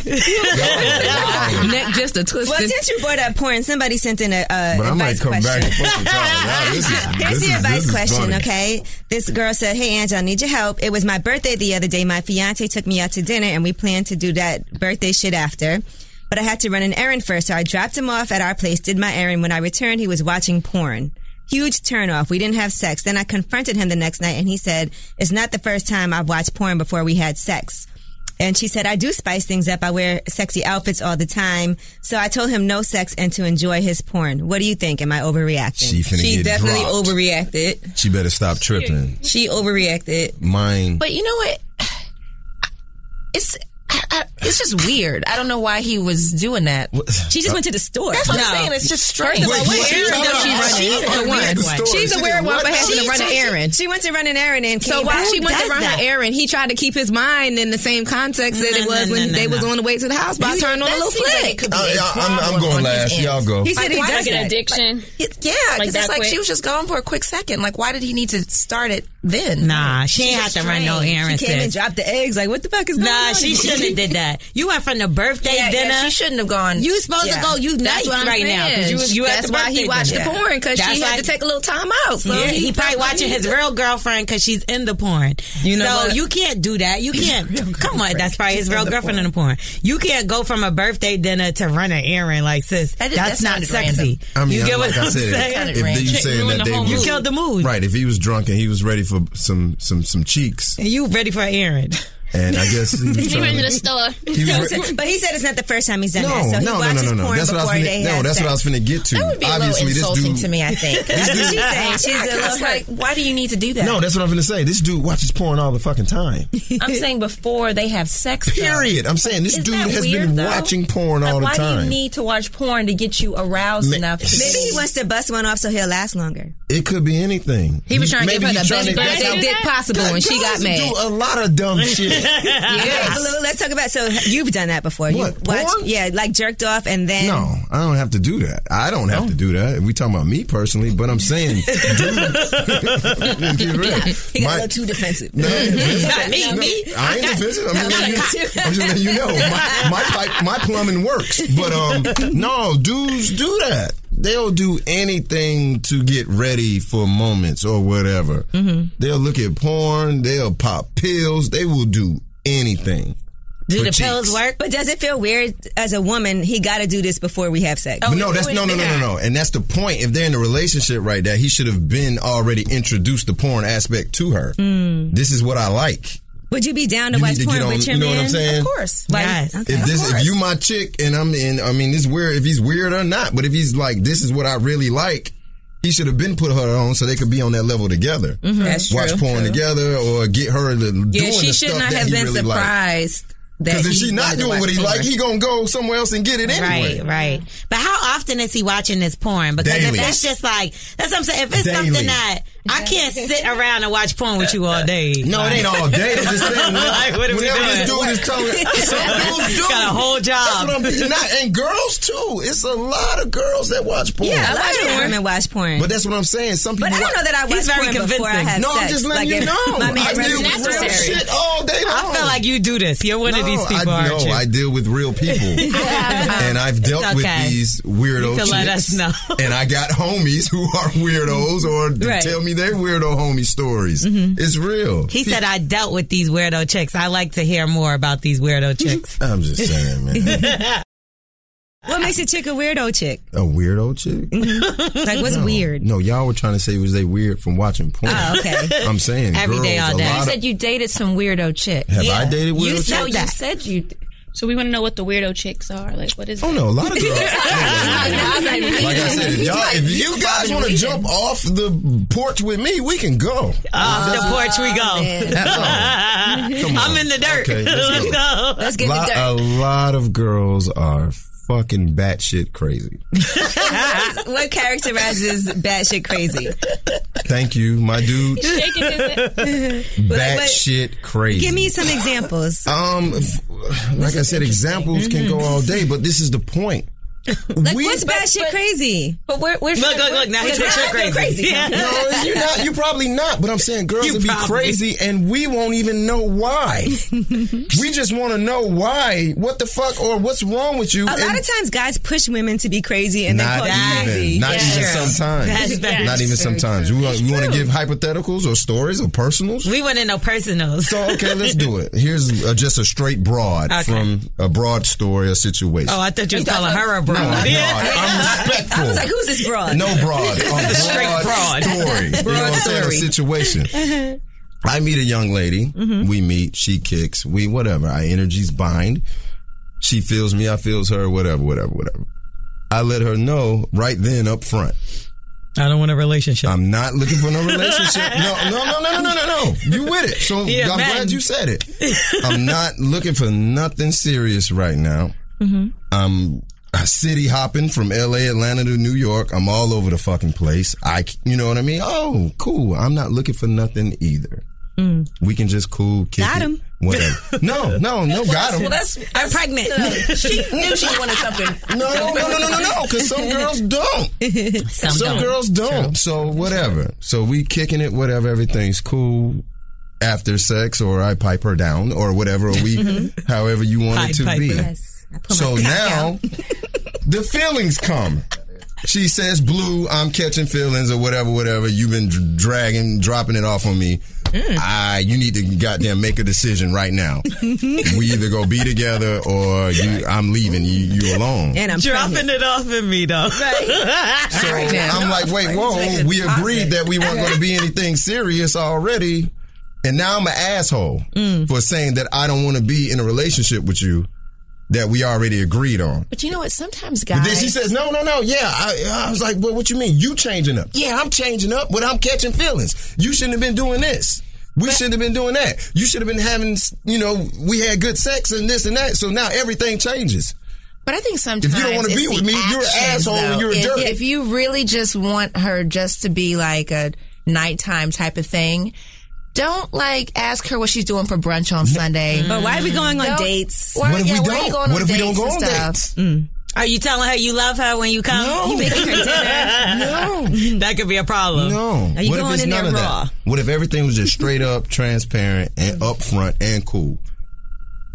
S11: neck just a twist.
S9: Well, since you brought up porn, somebody sent in a uh,
S6: But I might
S9: advice
S6: come
S9: question.
S6: back and fucking tell y'all. This is,
S9: Here's
S6: this
S9: the
S6: is, this
S9: advice
S6: is
S9: question,
S6: funny.
S9: okay? This girl said, Hey, Ange, I need your help. It was my birthday the other day. My fiance took me out to dinner and we planned to do that birthday shit after. But I had to run an errand first, so I dropped him off at our place, did my errand. When I returned, he was watching porn. Huge turnoff. We didn't have sex. Then I confronted him the next night and he said, it's not the first time I've watched porn before we had sex. And she said, I do spice things up. I wear sexy outfits all the time. So I told him no sex and to enjoy his porn. What do you think? Am I overreacting?
S6: She finna She get definitely dropped.
S9: overreacted.
S6: She better stop tripping.
S3: She overreacted.
S6: Mine.
S11: But you know what? It's I, I, it's just weird. I don't know why he was doing that.
S9: She just went to the store.
S11: That's what
S9: No.
S11: I'm saying. It's just
S9: First
S11: strange.
S9: of all, what errand does she run?
S11: She's
S9: She's
S11: the one. She's the
S9: weird
S11: weird one for having to run an errand.
S9: She went to run an errand and
S11: So
S9: came
S11: while
S9: back.
S11: she went to
S9: Who
S11: run
S9: does
S11: her
S9: that?
S11: errand, he tried to keep his mind in the same context that it
S9: No,
S11: was
S9: no,
S11: when
S9: no,
S11: they
S9: no,
S11: was
S9: no.
S11: on the way to the house. But I
S9: You-
S11: turned on a
S9: that
S11: little
S9: seems like
S11: flick.
S9: it could be a
S6: I- Uh, I'm- I'm problem going on last. his end. Y'all go.
S11: He said
S6: Like,
S11: he
S6: why
S11: does
S6: like an
S11: that.
S5: addiction.
S11: yeah,
S4: Yeah,
S11: because
S4: because it's like she was just gone for a quick second. Like, why did he need to start it then?
S8: Nah, she ain't have to run no errands. sis.
S9: dropped the eggs. Like, what the fuck is
S8: nah,
S4: going on
S8: she
S4: here?
S8: shouldn't have did that. You went from the birthday
S4: Yeah, yeah,
S8: dinner.
S4: she shouldn't have gone.
S8: You supposed
S4: Yeah.
S8: to go. You
S4: That's
S8: nice
S4: what I'm
S8: right now. 'cause You, was- you at
S11: That's
S8: the
S11: why he
S8: birthday
S11: watched
S8: dinner.
S11: the porn because
S8: That's
S11: she had
S8: why-
S11: to take a little time out. So
S8: yeah, he, probably watching his real girlfriend because she's in the porn. You
S11: know
S8: so
S11: what?
S8: you can't do that. You can't. Come on, that's probably his real girlfriend in the porn. You can't go from a birthday dinner to run an errand like sis.
S4: That-
S8: that's
S4: that
S8: not
S4: sounded
S8: sexy.
S4: random.
S6: I mean,
S8: you get
S6: like
S8: what
S6: I
S8: I'm
S6: said, if
S8: saying?
S6: they saying that they was,
S8: you killed the mood.
S6: right? If he was drunk and he was ready for some some some cheeks,
S8: You ready for an errand?
S6: and I guess he was trying to-
S5: store.
S6: He was re-
S9: but he said it's not the first time he's done
S6: no,
S9: that. So he
S6: no, no, no,
S9: watches
S6: no, no.
S9: porn
S6: That's what I was
S9: before
S6: finna,
S9: they
S6: no,
S9: have
S6: that's what I
S9: sex.
S6: was finna get to.
S9: That would be a little
S6: Obviously, this
S9: insulting
S6: dude
S9: to me, I think. That's what she's saying. She's a little
S11: it's like, why do you need to do that?
S6: No, that's what I'm finna say. This dude watches porn all the fucking time.
S11: I'm saying before they have sex. though.
S6: Period. I'm saying this
S11: Isn't
S6: dude
S11: that
S6: has
S11: weird,
S6: been
S11: though?
S6: watching porn all
S11: Like,
S6: the
S11: Why do you
S6: time.
S11: need to watch porn to get you aroused
S6: Ma-
S11: enough? To
S9: Maybe he wants to bust one off so he'll last longer.
S6: It could be anything.
S11: He was trying to
S6: maybe
S11: give her
S6: he's
S11: the
S6: trying
S11: best
S6: that's
S11: birthday
S6: how-
S11: dick possible, and she got
S6: Guys
S11: mad.
S6: Do a lot of dumb shit.
S9: Okay, but let- let's talk about. So you've done that before.
S6: What,
S9: you watched,
S6: porn?
S9: yeah, like jerked off and then
S6: No, I don't have to do that. I don't have to do that. We talking about me personally, but I'm saying, dude, get real.
S9: he got
S6: My-
S9: a little too defensive.
S6: No, defensive.
S9: Not me,
S6: No,
S9: me.
S6: I ain't
S9: Not-
S6: defensive. I'm just,
S9: not
S6: letting you,
S9: you.
S6: I'm just letting you know my my, pipe, my plumbing works. But um, no, dudes do that. They'll do anything to get ready for moments or whatever. They'll look at porn. They'll pop pills. They will do anything. for cheeks.
S9: work? But does it feel weird as a woman? He got to do this before we have sex.
S6: But no, that's no, no, no, no, no, and that's the point. If they're in a relationship right now, he should have been already introduced the porn aspect to her. This is what I like.
S9: Would you be down to
S6: You
S9: watch
S6: need to
S9: porn
S6: get on-
S9: with your
S6: you know
S9: man?
S6: what I'm saying? Of
S9: course. Like, okay.
S6: if this, if you my chick, and I'm in, I mean, it's weird if he's weird or not. But if he's like, this is what I really like. He should have been put her on so they could be on that level together.
S11: Mhm. That's
S6: Watch
S11: true.
S6: porn
S11: True.
S6: together or get her to
S11: Yeah,
S6: doing
S11: she
S6: the
S11: should
S6: stuff
S11: not
S6: that
S11: have
S6: he
S11: been
S6: really liked.
S11: surprised. that
S6: 'Cause if
S11: he
S6: she not
S11: wanted to
S6: doing what
S11: watch
S6: he like,
S11: porn.
S6: he gonna go somewhere else and get it anyway.
S8: Right, right. But how often is he watching this porn? Because if
S6: Daily.
S8: that's just like that's what I'm saying. If it's
S6: Daily.
S8: something that I can't sit around and watch porn with you all day.
S6: No, it ain't all day. It's just saying,
S8: like, what are we
S6: whenever
S8: doing?
S6: this dude is telling, some dudes do.
S8: Got a whole job.
S6: That's what I'm not, and girls too. It's a lot of girls that watch porn.
S9: Yeah, a lot of women watch porn.
S6: But that's what I'm saying. Some people.
S9: But I don't
S6: watch-
S9: know that I watch
S8: He's very
S9: porn before I
S8: convincing.
S9: have
S6: No,
S9: sex.
S6: I'm just letting
S9: Like,
S6: you
S9: if
S6: know.
S9: My man
S6: I
S9: runs
S6: deal
S9: into
S6: with real
S9: necessary.
S6: shit all day long.
S8: I feel like you do this. You're one of these
S6: No,
S8: people,
S6: I,
S8: aren't
S6: no,
S8: you?
S6: I deal with real people, and I've dealt
S8: uh, It's okay.
S6: with these weirdo
S8: You can
S6: chicks.
S8: let us know.
S6: and I got homies who are weirdos or
S8: Right. Mm-hmm.
S6: tell me their weirdo homie stories. It's real.
S8: he said I dealt with these weirdo chicks. I like to hear more about these weirdo
S9: Mm-hmm.
S8: chicks.
S6: I'm just saying, man.
S9: What makes a chick a weirdo chick?
S6: A weirdo chick?
S8: Mm,
S9: Like, what's
S6: No.
S9: weird?
S6: No, y'all were trying to say was they weird from watching porn.
S11: Oh, okay.
S6: I'm saying
S11: Every day,
S6: girls, a
S11: You
S6: lot of-
S11: said you dated some weirdo chick.
S6: Have I dated weirdo
S11: You said
S6: chicks?
S11: you said you.
S5: So we want to know what the weirdo chicks are. Like, what is?
S6: Oh no, a lot of girls. like I said, if,
S11: He's
S6: y'all,
S11: like-
S6: if
S11: he's
S6: you guys
S11: probably
S6: want to
S11: leaving.
S6: jump off the porch with me, we can go.
S8: Off the porch we go.
S6: Come on.
S8: I'm in the dirt.
S6: Okay, let's
S8: let's
S6: go.
S8: go.
S9: Let's
S6: A
S9: get
S6: lot, a
S9: the
S6: lot of girls are fucking batshit crazy.
S9: dirt. what characterizes batshit crazy?
S6: Thank you, my dude.
S5: Shaking his head.
S9: but-
S6: Batshit crazy.
S9: Give me some examples.
S6: Um, f- like I said, examples can go all day, but this is the point.
S9: Like,
S6: We-
S9: what's batshit crazy?
S11: But we're, we're
S8: Look, look, look. Now he's
S9: Because
S8: shit
S9: I feel
S8: crazy.
S9: crazy.
S8: Yeah.
S6: No, you not. You probably not. But I'm saying girls
S8: You
S6: would be
S8: probably.
S6: crazy, and we won't even know why. we just want to know why. What the fuck, or what's wrong with you?
S9: A lot
S6: and
S9: of times, guys push women to be crazy and
S6: not
S9: they call you
S6: even.
S9: crazy.
S6: Not
S9: Yeah.
S6: even sometimes.
S8: That's very
S6: not even sometimes. You want, you want to give hypotheticals or stories or personals?
S8: We want to know personals.
S6: so okay, let's do it. Here's uh, just a straight broad
S8: Okay.
S6: from a broad story, a situation.
S3: Oh,
S8: Oh, I thought you were calling her a broad.
S6: No, I'm not. I'm respectful.
S11: I was like, who's this broad?
S6: No broad. A broad
S11: Straight broad.
S6: story. you know
S11: Broad
S6: what I'm saying? A
S11: story. Uh-huh.
S6: situation. I meet a young lady.
S11: Mhm.
S6: We meet. She kicks. We whatever. Our energies bind. She feels me. I feels her. Whatever. Whatever. Whatever. I let her know right then up front.
S10: I don't want a relationship.
S6: I'm not looking for no relationship. No, no, no, no, no, no, no, no. You with it? So
S11: Yeah,
S6: I'm
S11: man.
S6: glad you said it. I'm not looking for nothing serious right now.
S11: Mm-hmm.
S6: I'm city hopping from LA, Atlanta to New York. I'm all over the fucking place. I, c- you know what I mean? Oh, cool. I'm not looking for nothing either. We can just cool kick
S11: Mm. Got
S6: it,
S11: him.
S6: Whatever. No, no, no, got him.
S11: Well, that's I'm pregnant. she knew she wanted something.
S6: No, no, no, no, no, no. Because some girls don't.
S11: Some don't.
S6: girls don't. So whatever. So we kicking it. Whatever. Everything's cool. After sex, or I pipe her down, or whatever. Or we,
S11: Mhm.
S6: however you want it to
S11: Pipe
S6: be.
S11: piper. Yes. I put my
S6: So
S11: cock
S6: now, the feelings come. She says, "Blue, I'm catching feelings, or whatever, whatever. You've been dr- dragging, dropping it off on me.
S11: Mm.
S6: I, you need to goddamn make a decision right now. we either go be together, or you, I'm leaving you, you alone."
S10: And I'm dropping it off in me though.
S6: So I'm like, wait, whoa, we agreed that we weren't going to be anything serious already. And now I'm an asshole
S11: Mm.
S6: for saying that I don't want to be in a relationship with you that we already agreed on.
S11: But you know what? Sometimes
S6: But
S11: guys.
S6: then she says, no, no, no, yeah. I, I was like, well, what you mean? You changing up. Yeah, I'm changing up, but I'm catching feelings. You shouldn't have been doing this. We shouldn't have been doing that. You should have been having, you know, we had good sex and this and that. So now everything changes.
S11: But I think sometimes
S6: If you don't wanna
S11: it's
S6: be
S11: the
S6: with me, you're an
S11: actions,
S6: asshole and
S11: though.
S6: you're a
S11: if,
S6: jerk.
S11: If you really just want her just to be like a nighttime type of thing, don't like ask her what she's doing for brunch on Sunday.
S8: But why are we going on
S11: Don't-
S8: dates?
S6: Mm-hmm.
S11: Or,
S8: What if
S11: yeah,
S8: we
S11: why are you
S8: don't?
S11: going
S8: What
S11: on
S8: if we don't
S11: dates
S8: go
S11: and
S8: on
S11: stuff?
S8: dates? Are you telling her you love her when you come?
S6: No.
S8: You making her dinner?
S10: no. That could be a problem.
S6: No.
S8: Are you
S6: what
S8: going
S6: if it's
S8: in
S6: none
S8: there
S6: of
S8: raw?
S6: that? What if everything was just straight up, transparent, and upfront and cool?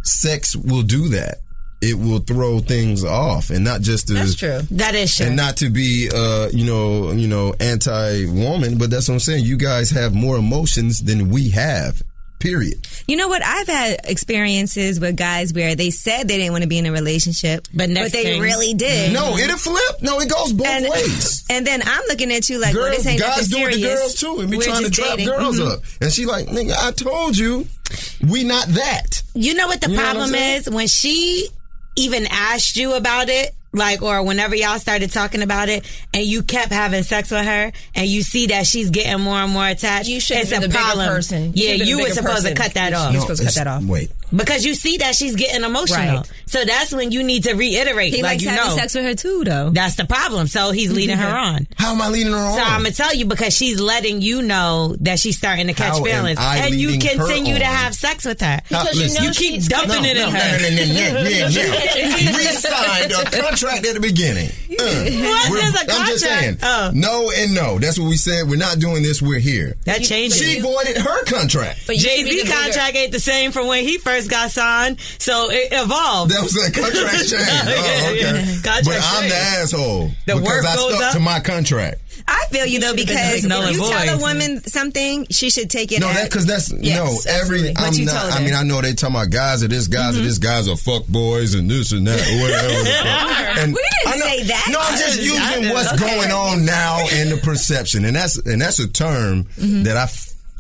S6: Sex will do that. It will throw things off, and not just to
S8: That's true. That is true.
S6: and not to be, uh, you know, you know, anti woman. But that's what I'm saying. You guys have more emotions than we have. Period.
S9: You know what? I've had experiences with guys where they said they didn't want to be in a relationship, but,
S8: next
S9: they
S8: thing-
S9: really did.
S6: No, it'll flip. No, it goes both
S9: and,
S6: ways.
S9: And then I'm looking at you like, well,
S6: girls,
S9: this ain't
S6: guys
S9: nothing
S6: do it
S9: serious.
S6: to girls too, and be
S9: We're
S6: trying to
S9: just
S6: trap
S9: dating.
S6: girls
S9: Mhm.
S6: up. And she like, nigga, I told you, we not that.
S8: You know what the
S6: You know what I'm
S8: problem
S6: saying?
S8: is? When she even asked you about it, like, or whenever y'all started talking about it, and you kept having sex with her, and you see that she's getting more and more attached. You
S4: should've
S8: it's
S4: been
S8: a
S4: the bigger
S8: problem.
S4: person. You
S8: Yeah,
S4: should've been
S8: you
S4: the
S8: were
S4: bigger
S8: supposed
S4: person.
S8: to cut that
S4: You're
S8: off.
S4: supposed to cut
S6: it's-
S4: that off.
S6: Wait.
S8: because you see that she's getting emotional.
S4: Right.
S8: So that's when you need to reiterate.
S4: He
S8: like
S4: likes
S8: you
S4: having
S8: know,
S4: sex
S8: with her too, though. That's the problem. So he's leading her on.
S6: How am I leading her on?
S8: So I'm gonna tell you because she's letting you know that she's starting to catch
S6: How am
S8: feelings,
S6: I
S8: and you
S6: leading her
S8: continue to
S6: on?
S8: have sex with her
S6: Now, listen.
S8: you keep dumping it in her.
S6: We signed a contract at the beginning. Uh,
S8: What?
S6: we're-
S8: There's a
S6: I'm just
S8: contract?
S6: saying. No and no. That's what we said. We're not doing this. We're here.
S8: That changed
S6: She
S8: it.
S6: voided her contract.
S8: Jay Z contract ain't the same from when he first got signed, so it evolved.
S6: That was a contract change. Oh, okay.
S8: Contract
S6: but I'm
S8: change.
S6: the asshole
S8: The
S6: because
S8: work
S6: I
S8: goes
S6: stuck
S8: up.
S6: to my contract.
S9: I feel you though
S8: should've been
S9: because
S8: like null
S9: if
S8: and
S9: you tell a
S6: void.
S9: woman something, she should take it.
S6: No,
S9: as-
S6: that because that's
S9: Yes,
S6: no every.
S9: absolutely. What
S6: I'm
S9: you Mm-hmm.
S6: not.
S9: told
S6: I
S9: her.
S6: mean, I know they talking about guys or this guys or this guys are fuck boys and this and that or whatever. and
S9: We didn't
S6: I know-
S9: say that.
S6: No, I'm just
S9: I didn't.
S6: using what's
S9: Okay.
S6: going on now in the perception, and that's and that's a term
S9: Mhm.
S6: that I.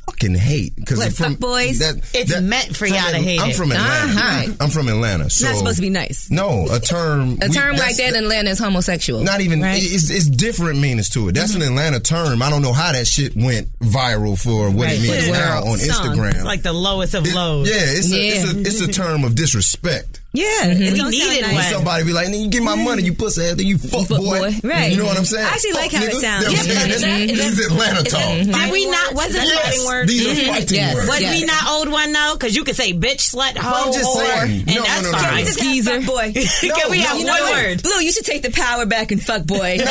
S6: Fucking hate
S9: What,
S6: because
S9: fuck boys? It's meant
S6: from
S9: for y'all to
S6: Atl-
S9: hate
S6: I'm
S9: it.
S6: from Atlanta.
S11: Uh-huh.
S6: I'm from Atlanta. So
S11: supposed to be nice.
S6: No, a term.
S11: A
S6: we-
S11: term like
S6: that's-
S11: that in Atlanta is homosexual.
S6: not even
S11: Right?
S6: it's, it's different meanings to it. That's an
S9: Mm-hmm.
S6: Atlanta term. I don't know how that shit went viral for what it means now on Instagram.
S10: It's like the lowest of lows.
S6: yeah, it's A, it's, a, it's a term of disrespect.
S9: Yeah,
S10: We
S6: don't
S10: needed
S6: When somebody be like, "Nigga, you get my money, you pussy ass, nigga, you fuck, boy.
S9: Right.
S6: You know what I'm saying?
S9: I actually
S6: Fuck
S9: like how it
S6: nigga.
S9: sounds.
S6: That's-
S9: Yeah, but
S6: that's-
S9: is that- is
S6: this is
S9: that-
S6: Atlanta
S9: is that
S6: talk.
S8: Did we not? Was it
S6: Yes,
S8: fighting words?
S6: these are Mhm. fighting Yes, words.
S8: Was
S6: yes.
S8: we not old one though? Because you could say bitch, slut,
S6: Well,
S8: hoe,
S6: I'm just
S8: whore,
S6: saying.
S8: and
S6: No, no,
S8: that's
S6: no, no,
S8: fine.
S6: no.
S9: Skeezer. boy.
S8: Can we have one
S9: You know what?
S8: word?
S9: Blue, you should take the power back and fuck boy.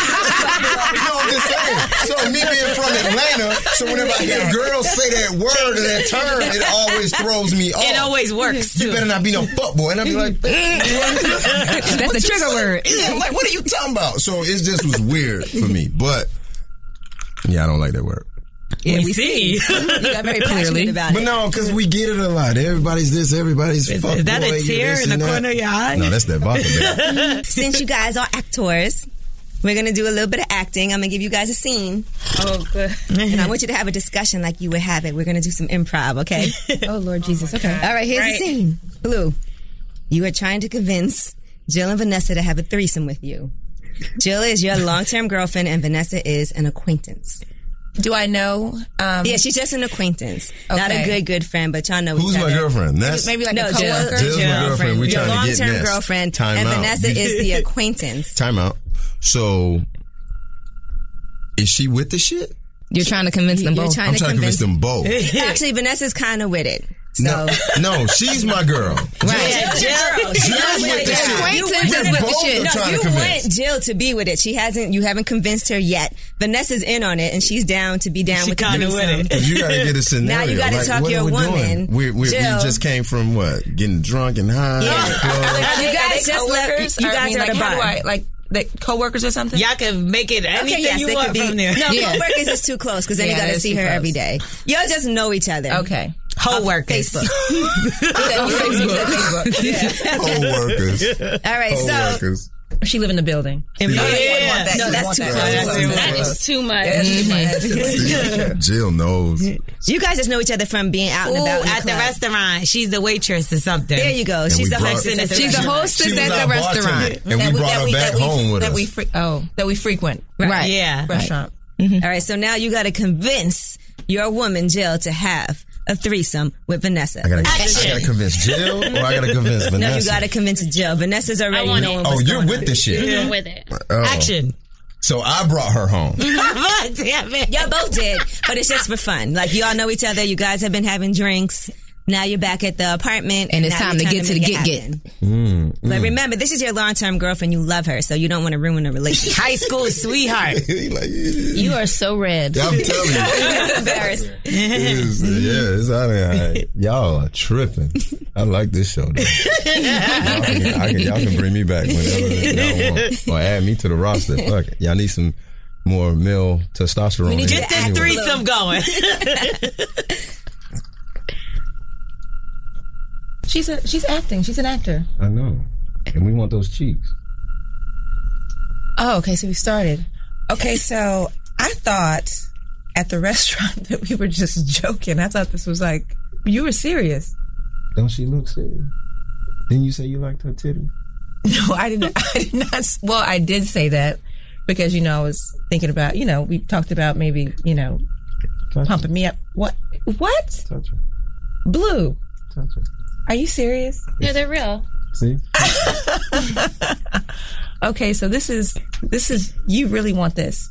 S6: No, I'm just saying. So me being from Atlanta, so whenever I hear girls say that word or that term, it always throws me off.
S8: It always works,
S6: You
S8: too.
S6: better not be no fuckboy, and I'd be like,
S11: That's
S6: What
S11: a
S6: you
S11: trigger
S6: say?
S11: word.
S6: Yeah, I'm like, what are you talking about? So it just was weird for me, but yeah, I don't like that word.
S8: Yeah, we see.
S9: you got
S8: Clearly.
S9: very passionate about
S6: But
S9: it.
S6: no, because we get it a lot. Everybody's this, everybody's
S8: Is-
S6: fuck
S8: is that a
S6: boy, you
S8: tear
S6: this
S8: in the
S6: and that.
S8: corner of your eye?
S6: No, that's that vodka. man.
S9: Since you guys are actors, we're gonna do a little bit of acting. I'm gonna give you guys a scene. Oh, good. and I want you to have a discussion like you would have it. We're gonna do some improv, okay? oh Lord Jesus. Okay. All right. Here's the scene. Blue, you are trying to convince Jill and Vanessa to have a threesome with you. Jill is your long-term girlfriend, and Vanessa is an acquaintance.
S11: Do I know? Um,
S9: yeah, she's just an acquaintance, not a
S11: Okay.
S9: good good friend, but y'all know.
S6: Who's
S9: each
S6: my
S9: other.
S6: girlfriend? That's- Maybe like a
S9: no,
S6: coworker?
S9: Jill.
S6: Jill's my girlfriend. We
S9: your
S6: trying to get
S9: long-term
S6: next.
S9: girlfriend,
S6: Time
S9: and
S6: out.
S9: Vanessa is the acquaintance.
S6: Time out. So, is she with the shit?
S3: You're trying to convince them
S9: You're
S3: both.
S9: trying
S6: I'm trying to convince them both.
S9: Actually, Vanessa's kind of with it.
S6: No, no, she's my girl.
S9: Yeah, Jill,
S6: Jill's
S9: Jill's
S6: with the shit.
S9: You
S6: Acquaintance
S9: want-
S6: is with the
S9: no,
S6: shit.
S9: No,
S6: Trying to
S9: you
S6: convince.
S9: want Jill to be with it. She hasn't. You haven't convinced her yet. Vanessa's in on it, and she's down to be down
S6: She
S9: with the
S6: kinda with
S9: threesome.
S6: You gotta get a scenario.
S9: Now you gotta
S6: like,
S9: talk
S6: what
S9: your
S6: are we
S9: woman.
S6: Doing? We're, we're, we
S9: Jill.
S6: just came from what? Getting drunk and high.
S9: Yeah.
S6: at the club.
S9: Are they- are they coworkers? Or, I mean, like, how do I,
S11: like the coworkers or something.
S10: Y'all can make it anything
S9: okay, yes,
S10: you
S9: they
S10: want
S9: could be.
S10: from there.
S9: No, coworkers is too close because then
S10: Yeah,
S9: you
S10: that
S9: gotta
S10: is
S9: see
S10: too
S9: her
S10: close.
S9: every day. Y'all just know each other. Okay. Whole workers. Facebook.
S6: Co-workers.
S9: All right, so-
S6: Co-workers.
S4: She live in the building.
S9: Yeah. No, that's too close.
S5: That is too much.
S6: See, Jill knows.
S9: You guys just know each other from being out and
S8: Ooh,
S9: about in
S8: at the
S9: club.
S8: restaurant. She's the waitress or something.
S9: There you go. And She's we the brought- hostess at the
S11: She's a
S9: restaurant.
S11: hostess
S9: She was
S11: at
S9: our
S11: the restaurant.
S9: bartender, and we brought her back
S11: that we,
S9: home with
S11: that
S9: us.
S11: We fre- oh, that we frequent.
S9: Right. Yeah.
S11: Restaurant.
S9: All right, so now you got to convince your woman Jill to have a threesome with Vanessa.
S6: I gotta, I gotta convince Jill or I gotta convince Vanessa.
S9: No, you got to convince Jill. Vanessa's already knowing.
S6: Oh,
S9: what's
S6: you're
S9: going
S6: with
S9: on.
S6: the shit.
S9: it.
S6: Oh.
S9: Action.
S6: So I brought her home.
S9: Damn it. Y'all both did, but it's just for fun. Like y'all know each other. You guys have been having drinks. Now you're back at the apartment,
S3: And it's
S9: now
S3: time
S9: you're
S3: to
S9: trying
S3: get to the
S9: make it
S3: get get.
S9: happen.
S6: Mm,
S9: But remember, this is your long term girlfriend. You love her, so you don't want to ruin the relationship.
S8: High school sweetheart.
S9: you are so red.
S6: I'm telling you.
S9: That's embarrassing.
S6: It is, yeah, it's out of here. Y'all are tripping. I like this show. Though. Y'all, can, I can, y'all can bring me back whenever y'all want, or add me to the roster. Fuck it. Y'all need some more male testosterone.
S8: We need
S6: in
S8: to
S6: here
S8: get this
S6: anyway.
S8: threesome going.
S11: She's a she's acting. She's an actor.
S6: I know, and we want those cheeks.
S4: Oh, okay. So we started. Okay, so I thought at the restaurant that we were just joking. I thought this was like you were serious.
S6: Don't she look serious? Then you say you liked her titty.
S4: No, I didn't. I did not. s- Well, I did say that because you know I was thinking about you know we talked about maybe you know pumping me up. What? What? Blue. Are you serious?
S5: Yeah, they're real.
S6: See,
S4: Okay, so this is this is you really want this?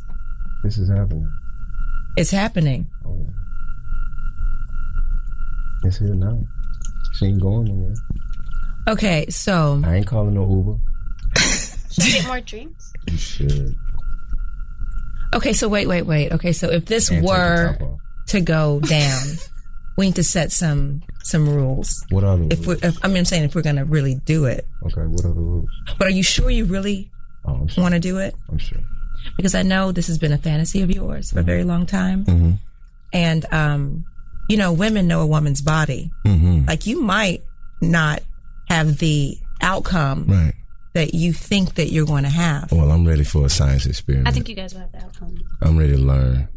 S6: this is happening.
S4: It's happening.
S6: It's here now. She ain't going nowhere.
S4: Okay, so
S6: I ain't calling no Uber.
S5: Should I get more drinks?
S6: You should.
S4: okay, so wait, wait, wait. Okay, so if this
S6: And take the
S4: were
S6: top off.
S4: to go down, we need to set some some rules.
S6: What are the
S4: If we're, if, I mean, I'm saying if we're gonna really do it.
S6: Okay, what are the rules?
S4: But are you sure you really
S6: Oh, I'm
S4: want to do it?
S6: I'm sure.
S4: Because I know this has been a fantasy of yours for a very long time.
S6: Mm-hmm.
S4: And, um, you know, women know a woman's body.
S6: Mm-hmm.
S4: Like you might not have the outcome
S6: Right.
S4: that you think that you're going to have.
S6: Well, I'm ready for a science experiment.
S5: I think you guys will have the outcome.
S6: I'm ready to learn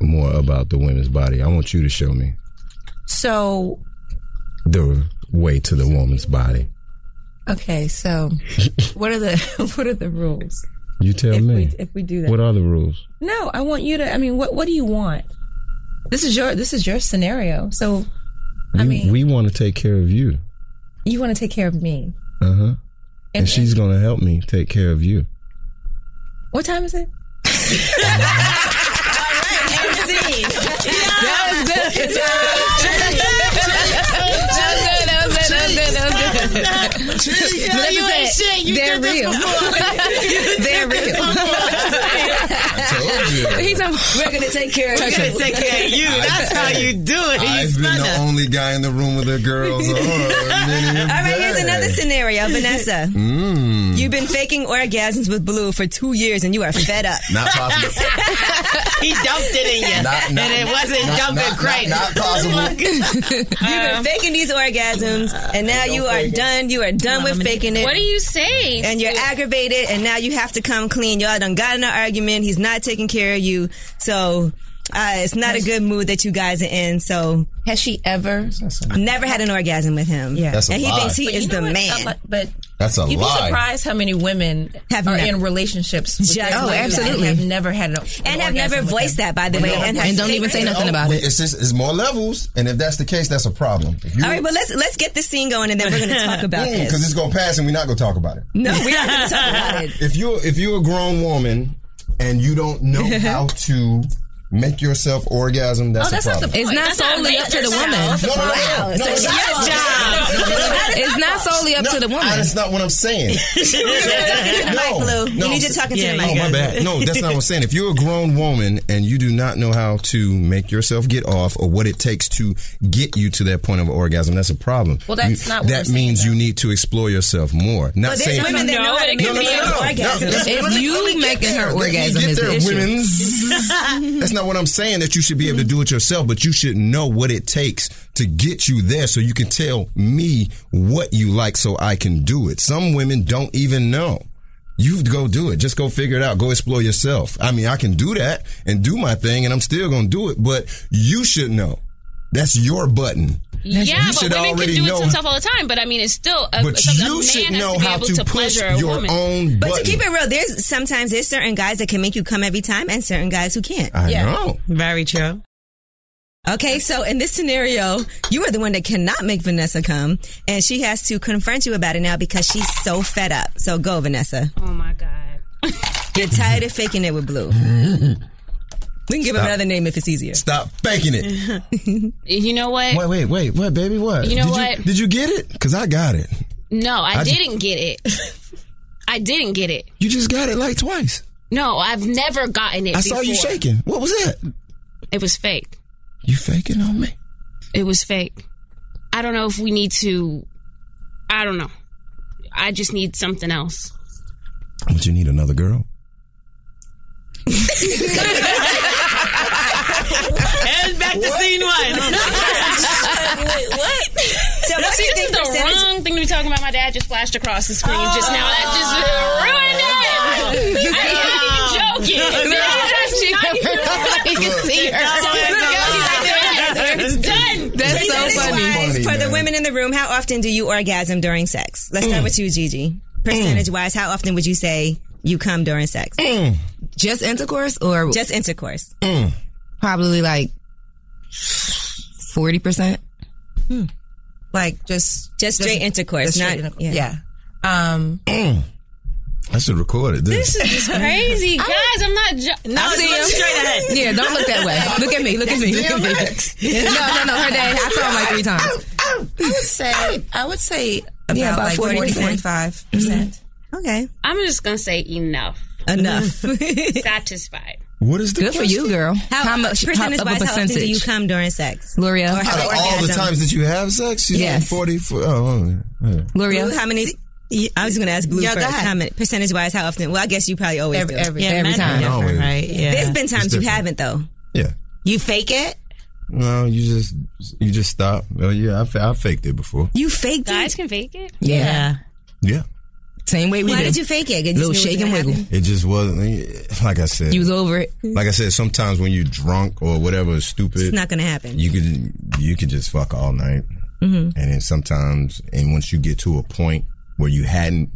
S6: more about the woman's body. I want you to show me
S4: So,
S6: the way to the woman's body.
S4: okay. So what are the, what are the rules?
S6: You tell
S4: If
S6: me.
S4: we- if we do that.
S6: What are the rules?
S4: No, I want you to, I mean, what, what do you want? This is your, this is your scenario. So
S6: I mean, we want to take care of you.
S4: you want to take care of me.
S6: Uh huh. And
S4: And-
S6: she's gonna help me take care of you.
S4: What time is it?
S11: They're real. They're real.
S6: I told you.
S5: things I've
S8: We're gonna take care of
S5: We're
S8: you.
S5: gonna take care of you. That's how you do it. You
S6: I've been the only guy in the room with the girls. All
S9: All right,
S6: right,
S9: here's another scenario, Vanessa.
S6: Mm.
S9: You've been faking orgasms with Blue for two years and you are fed up.
S6: Not possible.
S9: he
S10: dumped it in you.
S6: Not- not- And it wasn't not- dumping not- great. not- not possible.
S9: You've been faking these orgasms, and now you are done. You are done with faking it.
S5: What do you say?
S9: And you're aggravated, and now you have to come clean. Y'all done got in an argument. He's not taking care of you, so uh, it's not a good mood that you guys are in. So
S11: has she ever?
S9: Never had an orgasm with him. Yeah,
S6: That's a
S9: and he
S6: lie.
S9: thinks he
S6: But
S9: is
S6: you know
S9: the
S6: what?
S4: Uh,
S9: man.
S11: But, but
S6: That's a
S11: You'd be
S6: lie.
S11: surprised how many women have are in relationships. With their
S9: Just like
S11: husbands
S9: that.
S11: and have never had an,
S9: And have never voiced that, by the way, and have secretly-
S6: Wait, It's just it's more levels, and if that's the case, that's a problem. If you-
S9: All right, but let's let's get this scene going, and then we're going to talk about
S6: Mm,
S9: this.
S6: it's gonna pass, and we're not gonna talk about it.
S9: No, we're not going to talk about it.
S6: If you if you're a grown woman and you don't know how to make yourself orgasm, that's,
S11: Oh, that's
S6: a
S11: not
S6: problem.
S11: the It's point. not That's not solely up to the woman.
S6: No, no, no, no.
S11: Wow.
S6: No,
S11: So
S6: it's
S11: it's
S6: not.
S11: your job. It's not solely up to the woman.
S6: That's not what I'm saying.
S9: You need you talking to the mic, Blue. You need you talking to the mic.
S6: Oh, my bad. No, that's not what I'm saying. If you're a grown woman and you do not know how to make yourself get off or what it takes to get you to that point of orgasm, that's a problem.
S11: Well, that's
S6: You-
S11: not what
S6: That
S11: we're saying,
S6: means you need to explore yourself more. Not
S11: there's
S6: saying
S11: women that know how to No,
S6: no,
S11: make
S6: no,
S11: it
S6: no, no,
S11: orgasm.
S6: no.
S11: If
S6: Let me-
S11: you
S6: let me get
S11: making her
S6: there. Let me
S11: orgasm
S6: get
S11: is the
S6: there,
S11: issue.
S6: women. That's not what I'm saying. That you should be able to do it yourself, but you should know what it takes to get you there, so you can tell me what you like, so I can do it. Some women don't even know. You go do it. Just go figure it out. Go explore yourself. I mean, I can do that and do my thing, and I'm still gonna do it. But you should know. That's your button.
S5: Yeah,
S6: you
S5: but
S6: should
S5: women can
S6: already
S5: do it to
S6: know.
S5: themselves all the time. But I mean, it's still a,
S6: But
S5: something a
S6: you
S5: man
S6: should
S5: has
S6: know
S5: to be
S6: how
S5: able
S6: to
S5: to
S6: push
S5: pleasure a
S6: your
S5: woman.
S6: own
S9: But
S6: button.
S9: to keep it real, there's sometimes there's certain guys that can make you come every time, and certain guys who can't.
S6: I Yeah. know.
S10: Very true.
S9: Okay, so in this scenario, you are the one that cannot make Vanessa come, and she has to confront you about it now because she's so fed up. So go, Vanessa.
S5: Oh my god.
S9: You're tired of faking it with Blue. We can give him
S6: Stop.
S9: another name if it's easier.
S6: Stop faking it.
S5: You know what?
S6: Wait, wait, wait, what, baby? What?
S5: You know
S6: did You,
S5: what?
S6: did you get it? Because I got it.
S5: No, I,
S6: I ju-
S5: didn't get it. I didn't get it.
S6: You just got it like twice.
S5: No, I've never gotten it.
S6: I saw you
S5: before.
S6: shaking. What was that?
S5: It was fake.
S6: You faking on me?
S5: It was fake. I don't know if we need to. I don't know. I just need something else.
S6: But you need another girl.
S10: and back to scene one.
S5: what?
S10: So what do you think
S5: this is the
S10: percentage-
S5: wrong thing to be talking about. My dad just flashed across the screen just now. That just ruined it.
S10: You
S5: I
S10: can't.
S5: ain't even joking.
S10: No.
S5: That's
S10: She-
S5: not even-
S10: You can see her.
S5: That's
S10: That's
S5: not-
S10: It's done. That's
S9: Please,
S10: so
S9: that is
S10: funny.
S9: wise.
S10: Funny,
S9: For the
S10: man.
S9: women in the room, how often do you orgasm during sex? Let's start with you, Gigi. Percentage wise, how often would you say you come during sex?
S7: Just intercourse or
S9: just intercourse?
S7: Probably like forty percent.
S4: Like just
S9: just straight intercourse,
S4: just
S9: not-
S4: straight intercourse.
S9: yeah.
S4: Yeah. Um,
S6: I should record it. This,
S5: This is crazy, guys. I'm not. Jo-
S4: I see him.
S7: Yeah, don't look that way. Look at me. Look at me. Look at me. No, no, no. Her dad, I saw him like three times.
S4: I would say I would say about,
S7: Yeah, about
S4: like 40,
S7: 40%.
S4: 45 percent.
S9: Okay.
S5: I'm just gonna say enough.
S9: Enough.
S5: Satisfied.
S6: What is the
S7: good for you, girl?
S9: How,
S3: uh,
S7: much?
S9: percentage
S7: of a
S9: wise, how often do you
S7: percentage?
S9: come during sex?
S7: L'Oreal.
S9: Or how
S6: Out of all the
S9: orgasm?
S6: times that you have sex, she's
S9: Yes.
S6: like 40. For, oh, oh, yeah.
S9: Blue, how many? I was going to ask Blue
S7: Yeah, go
S9: first.
S7: ahead.
S9: How many percentage wise? How often? Well, I guess you probably always
S7: Every-
S9: do.
S7: every- Yeah, every men are time. different, Always. right? Yeah.
S9: There's been
S7: It's
S9: times you
S7: different.
S9: haven't though.
S6: Yeah.
S9: You fake it.
S6: No, you just you just stop. Oh yeah, I, fa- I faked it before.
S9: You faked
S5: Guys can fake it.
S7: Yeah.
S6: Yeah.
S7: Same way we
S9: Why
S7: do.
S9: did you fake it? You just
S7: Little
S9: knew it was
S7: shake
S9: gonna
S7: and wiggle.
S6: It just wasn't like I said.
S7: You was over it.
S6: like I said, sometimes when you're drunk or whatever, is stupid,
S9: It's not going to happen.
S6: You could you could just fuck all night,
S9: Mhm.
S6: and then sometimes, and once you get to a point where you hadn't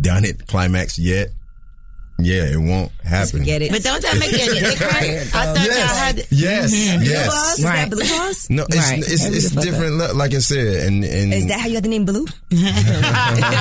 S6: done it climax yet, yeah, it won't happen.
S9: Forget it.
S6: But
S8: don't that make you different? I thought
S6: Yes.
S8: y'all had
S6: Yes,
S8: Mhm.
S6: yes.
S3: Oh,
S9: Blue balls? Is that blue balls?
S6: No, it's
S9: Right.
S6: it's,
S9: That
S6: it's
S9: was a fuck
S6: different. le- Like I said, and and
S9: Is that how you got the name Blue?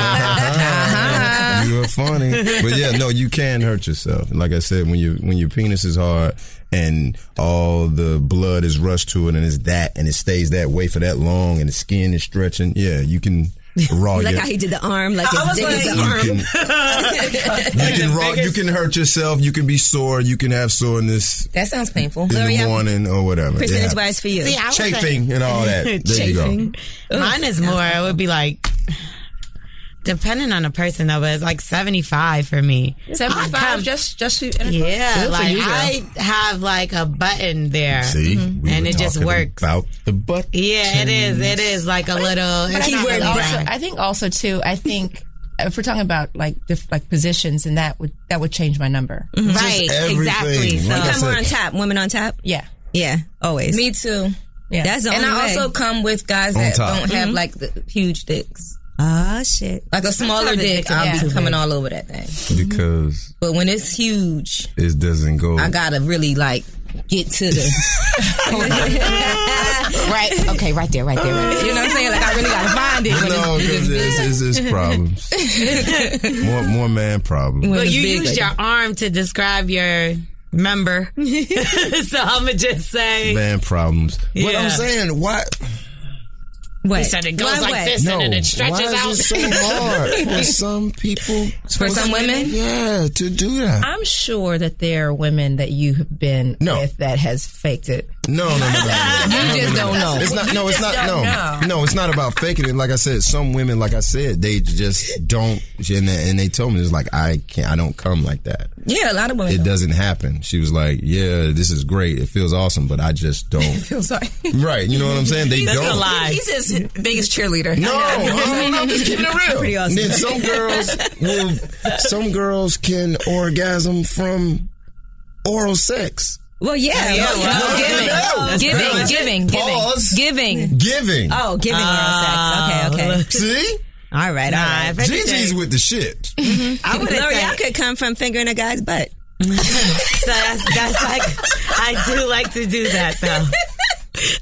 S3: Uh-huh.
S6: you are funny. But yeah, no, you can hurt yourself. Like I said, when you when your penis is hard and all the blood is rushed to it and it's that and it stays that way for that long and the skin is stretching, yeah, you can raw
S9: like
S6: your-
S9: how he did the arm, like his dick is an
S6: You
S9: arm.
S6: you can raw, you can hurt yourself, you can be sore, you can have soreness
S3: That sounds painful.
S6: in the morning or whatever. Yeah.
S8: Percentage wise for you. See, I was like-
S6: chafing and all that. There you go.
S8: Chafing. Mine is more. It would be like. Depending on the person though, but it's like seventy five for me.
S12: Seventy
S8: I
S12: five,
S8: come-
S12: just just to
S8: Yeah, like I have like a button there.
S6: See, we
S8: Mm-hmm. and
S6: were
S8: it just
S6: talking
S8: works.
S6: about the butt.
S8: Yeah, it is. It is like a little.
S4: But
S8: It's
S4: I,
S8: not
S4: think
S8: really
S4: also,
S8: round.
S4: I think also too. I think if we're talking about like diff- like positions, and that would that would change my number.
S3: Mm.
S9: Right, exactly. So
S3: Like I
S9: you come more on
S3: said.
S9: top, women on top.
S4: Yeah,
S9: yeah, always.
S3: Me too.
S9: Yeah. That's the
S3: and
S9: only
S3: I
S9: way.
S3: also come with guys
S9: On
S3: that
S9: top.
S3: don't have
S9: Mhm.
S3: like the huge dicks.
S9: Ah, shit.
S3: Like a smaller
S9: Sometimes it
S3: dick,
S9: makes it
S3: I'll
S9: way too
S3: be coming
S9: big.
S3: all over that thing.
S6: Because
S3: But when it's huge,
S6: it doesn't go.
S3: I gotta really like get to the right. Okay, right there, right there, right there. You know what I'm saying? Like I really gotta find it.
S6: You
S3: when it's-
S6: know, 'cause it's, it's, it's problems. More, more man problems.
S8: But you used your arm to describe your member, so I'ma just say
S6: man problems. But I'm
S8: Yeah.
S6: saying, why?
S8: What? He said it goes Why like what? this and then it stretches
S6: why is
S8: out.
S6: It so hard for some people.
S8: For some women?
S6: yeah, to do that.
S4: I'm sure that there are women that you have been with that has faked it.
S6: No, no, no, no, no.
S4: You
S6: No,
S4: just
S6: no, no.
S4: don't know.
S6: It's not. No,
S4: You
S6: it's
S4: just
S6: not.
S4: don't
S6: No, no, it's not about faking it. Like I said, some women, like I said, they just don't. And they, and they told me it's like I can't. I don't come like that.
S3: yeah, a lot of women.
S6: It doesn't happen. She was like, "Yeah, this is great. It feels awesome, but I just don't."
S4: Feels like
S6: right? You know what I'm saying? They
S4: That's a
S6: don't.
S4: lie. He's his biggest cheerleader.
S6: No, I'm, I'm just keeping it real.
S4: Pretty awesome.
S6: Then some girls, will, some girls can orgasm from oral sex.
S3: Well, yeah,
S6: Yeah,
S3: most-
S6: well,
S3: most
S6: yeah, no, that's
S3: giving,
S6: right.
S3: giving, giving,
S6: Pause.
S3: giving, giving.
S6: Giving.
S3: Oh, giving
S8: Ah.
S3: oral sex. Okay, okay.
S6: See?
S9: All right, all right.
S3: if anything-
S6: Gigi's with the shit.
S9: I would
S8: would've
S9: L'Oreal
S8: said-
S9: could come from fingering a guy's butt.
S8: so that's that's like I do like to do that though.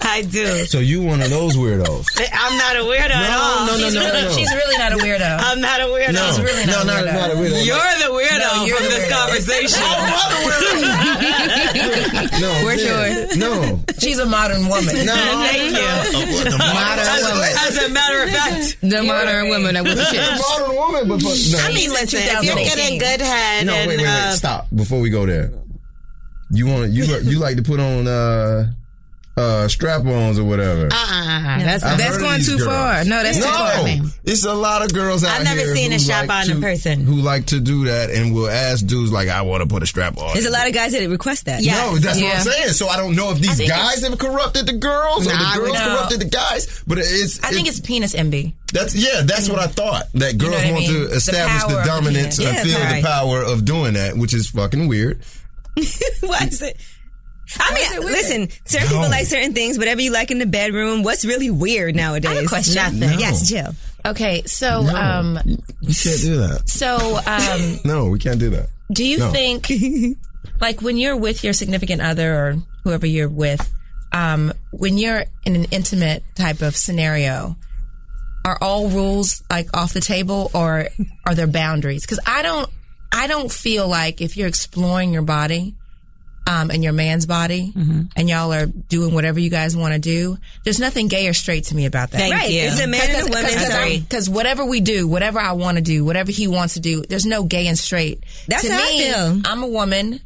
S8: I do.
S6: So you one of those weirdos.
S8: I'm not a weirdo at
S6: No,
S8: all.
S6: no, no, She's no, really- no. she's really
S4: not a weirdo.
S8: I'm not a weirdo.
S6: No. She's really not No, a no, weirdo. not a weirdo.
S8: You're the weirdo
S6: No, you're
S8: from
S6: the
S8: this
S6: weirdo.
S8: conversation.
S6: No,
S4: We're
S6: yeah,
S4: sure.
S6: No.
S4: She's a modern woman.
S6: No.
S8: Thank you.
S6: The modern
S8: as,
S6: woman.
S8: As a matter of fact,
S3: the modern woman that
S6: was the shit. The modern woman, but- but no.
S8: I mean, listen, if you're getting good head,
S6: No,
S8: and,
S6: wait, wait, wait.
S8: uh,
S6: Stop before we go there. You want you you like to put on uh uh strap-ons or whatever.
S4: Ah,
S8: Uh-uh. That's,
S6: I've
S8: that's
S6: heard of
S8: going
S6: these
S8: too
S6: girls.
S8: far. No, that's too far.
S6: No, it's a lot of girls out
S8: I've never
S6: here
S8: seen
S6: who
S8: a strap
S6: like
S8: on in
S6: to-
S8: person.
S6: who like to do that and will ask dudes like, "I want to put a strap on."
S9: There's a lot of guys that request that.
S6: No, that's what I'm saying. So I don't know if
S9: I
S6: these
S9: think
S6: guys
S9: it's-
S6: have corrupted the girls or
S4: Nah,
S6: the girls
S4: no.
S6: corrupted the guys, but it's.
S4: I think
S6: it-
S4: it's penis envy.
S6: that's yeah. That's what I thought. That
S4: You know
S6: girls
S4: what I
S6: want
S4: mean?
S6: to
S4: The
S6: establish the,
S4: power of the
S6: dominance
S4: penis.
S6: and
S4: Yeah,
S6: feel
S4: right.
S6: the power of doing that, which is fucking weird.
S9: Why is it? I mean, listen, certain
S6: No.
S9: people like certain things, whatever you like in the bedroom. What's really weird nowadays?
S4: I have a question.
S9: Nothing.
S4: No.
S9: Yes, Jill.
S4: Okay, so um,
S6: You can't do that.
S4: so um,
S6: No, we can't do that.
S4: Do you
S6: No.
S4: think, like, when you're with your significant other or whoever you're with, um, when you're in an intimate type of scenario, are all rules like off the table, or are there boundaries? Because I don't, I don't feel like if you're exploring your body. Um, and your man's body,
S9: Mm-hmm.
S4: and y'all are doing whatever you guys want to do. There's nothing gay or straight to me about that.
S9: Thank Right. you. It's a man and a woman, so-
S4: Because whatever we do, whatever I want to do, whatever he wants to do, there's no gay and straight.
S9: That's
S4: to
S9: how I
S4: me,
S9: feel.
S4: I'm a woman.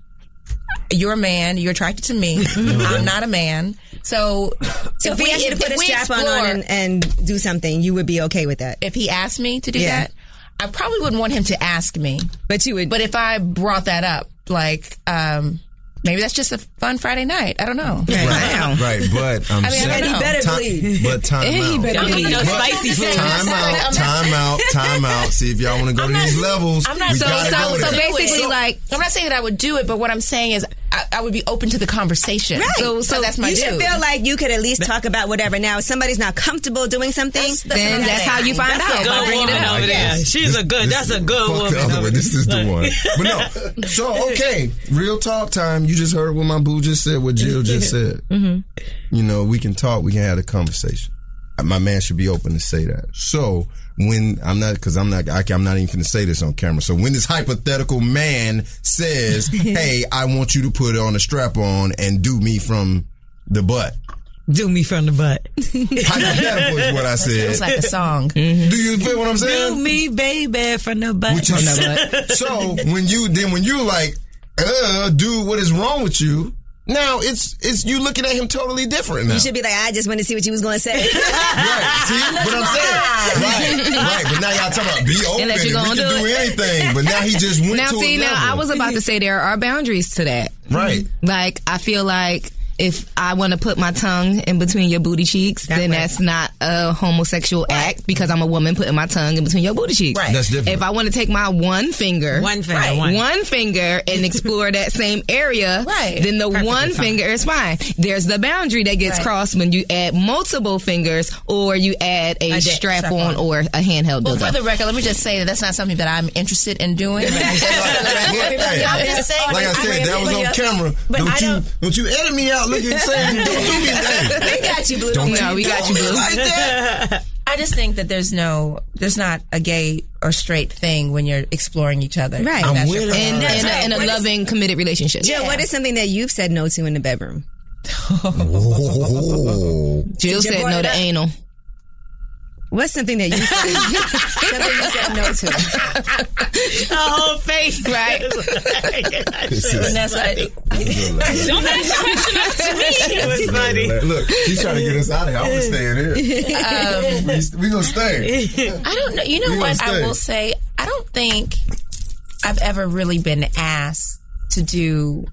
S4: You're a man. You're attracted to me. I'm not a man. So,
S9: So if, we asked you to
S4: if
S9: put a
S4: we
S9: strap on, on
S4: explore-
S9: and, and do something, you would be okay with that.
S4: if he asked me to do
S9: Yeah.
S4: that, I probably wouldn't want him to ask me.
S9: But you would.
S4: But if I brought that up, like, um, maybe that's just a fun Friday night. I don't know.
S6: Right, right, but I'm
S4: I mean, I
S6: saying,
S4: don't know. Ti-
S6: But time
S4: He
S6: out.
S4: better bleed.
S6: But
S4: Spicy food.
S6: Time out. Time out. Time out. See if y'all want to go to these levels.
S4: I'm not
S6: we
S4: so
S6: gotta
S4: so,
S6: go
S4: so
S6: there.
S4: basically like I'm not saying that I would do it, but what I'm saying is I, I would be open to the conversation.
S9: Right.
S4: So, so that's my
S9: You
S4: dude.
S9: should feel like you could at least talk about whatever. Now, if somebody's not comfortable doing something,
S4: then that's how you find
S9: That's
S4: out,
S9: a good
S4: by
S9: one.
S4: bringing it up.
S8: over there. She's a good. That's a good
S6: Fuck the
S8: woman.
S6: other
S8: over
S6: way.
S8: there.
S6: This is the one. But no. So okay, real talk time. You just heard what my boo just said. What Jill just said.
S8: Mm-hmm.
S6: You know, we can talk. We can have a conversation. My man should be open to say that. So when I'm not, because I'm not, I, can- I'm not even going to say this on camera. So when this hypothetical man says, "Hey, I want you to put on a strap on and do me from the butt,"
S8: do me from the butt.
S6: Hypothetical is what I said.
S8: It's like a
S11: song.
S6: Do you feel what I'm saying?
S8: Do me, baby, from the butt.
S6: Which
S11: Oh,
S6: is- so when you then when you like, uh, dude, what is wrong with you? Now it's it's you looking at him totally different now.
S9: You should be like, I just want to see what you was going to say. right.
S6: See what I'm saying? Right, right. But now y'all talking about be open.
S11: They let you go and
S6: and
S11: do
S6: we can do
S11: it.
S6: anything. But now he just went
S11: now
S6: to
S11: see
S6: a level.
S11: now i was about to say there are boundaries to that
S6: Right.
S11: like i feel like if i want to put my tongue in between your booty cheeks then that's not a homosexual act because i'm a woman putting my tongue in between your booty cheeks
S8: Right. That's different.
S11: if i want to take my one finger
S8: One finger, one.
S11: finger and explore that same area
S8: Right.
S11: then the
S8: Perfectly
S11: one
S8: fine.
S11: finger is fine there's the boundary that gets
S8: Right.
S11: crossed when you add multiple fingers or you add a,
S8: A dick,
S11: strap,
S8: strap
S11: on,
S8: on.
S11: or a handheld
S8: Well,
S11: dildo
S8: for the
S11: record let me just say that that's not something that i'm interested in doing
S6: Hey,
S11: I'm just saying,
S6: like I
S11: like,
S6: said,
S11: I
S6: that
S11: remember
S6: was on
S11: your-
S6: camera.
S11: but
S6: don't
S11: I
S6: you
S11: don't-
S6: don't you edit me out looking saying don't do me that.
S11: We got you, Blue.
S6: Don't
S11: No,
S6: you
S11: we got
S6: do
S11: you,
S6: me
S11: Blue.
S6: like that.
S11: I
S4: just think that there's no, there's not a gay or straight thing when you're exploring each other.
S9: Right.
S4: If
S9: I'm
S4: that's
S9: with
S4: your
S9: it.
S4: preference.
S9: And- That's and- right. and a What is- loving,
S11: committed relationship.
S9: Jill, what is something that you've said no to in the bedroom?
S6: Oh.
S11: Jill
S9: Did you
S11: said
S9: brought
S11: no
S9: it
S11: to
S9: up?
S11: anal.
S9: What's something that you said, something you said no to?
S8: The whole face.
S11: Right.
S8: and that's like.
S5: Don't ask the question up to me.
S8: It was funny.
S6: Look, she's trying to get us out of here. I'm gonna stay in here.
S11: Um,
S6: we, we gonna stay.
S11: I
S4: don't know. You
S6: We
S4: know what
S6: gonna
S4: I
S6: stay.
S4: will say? I don't think I've ever really been asked to do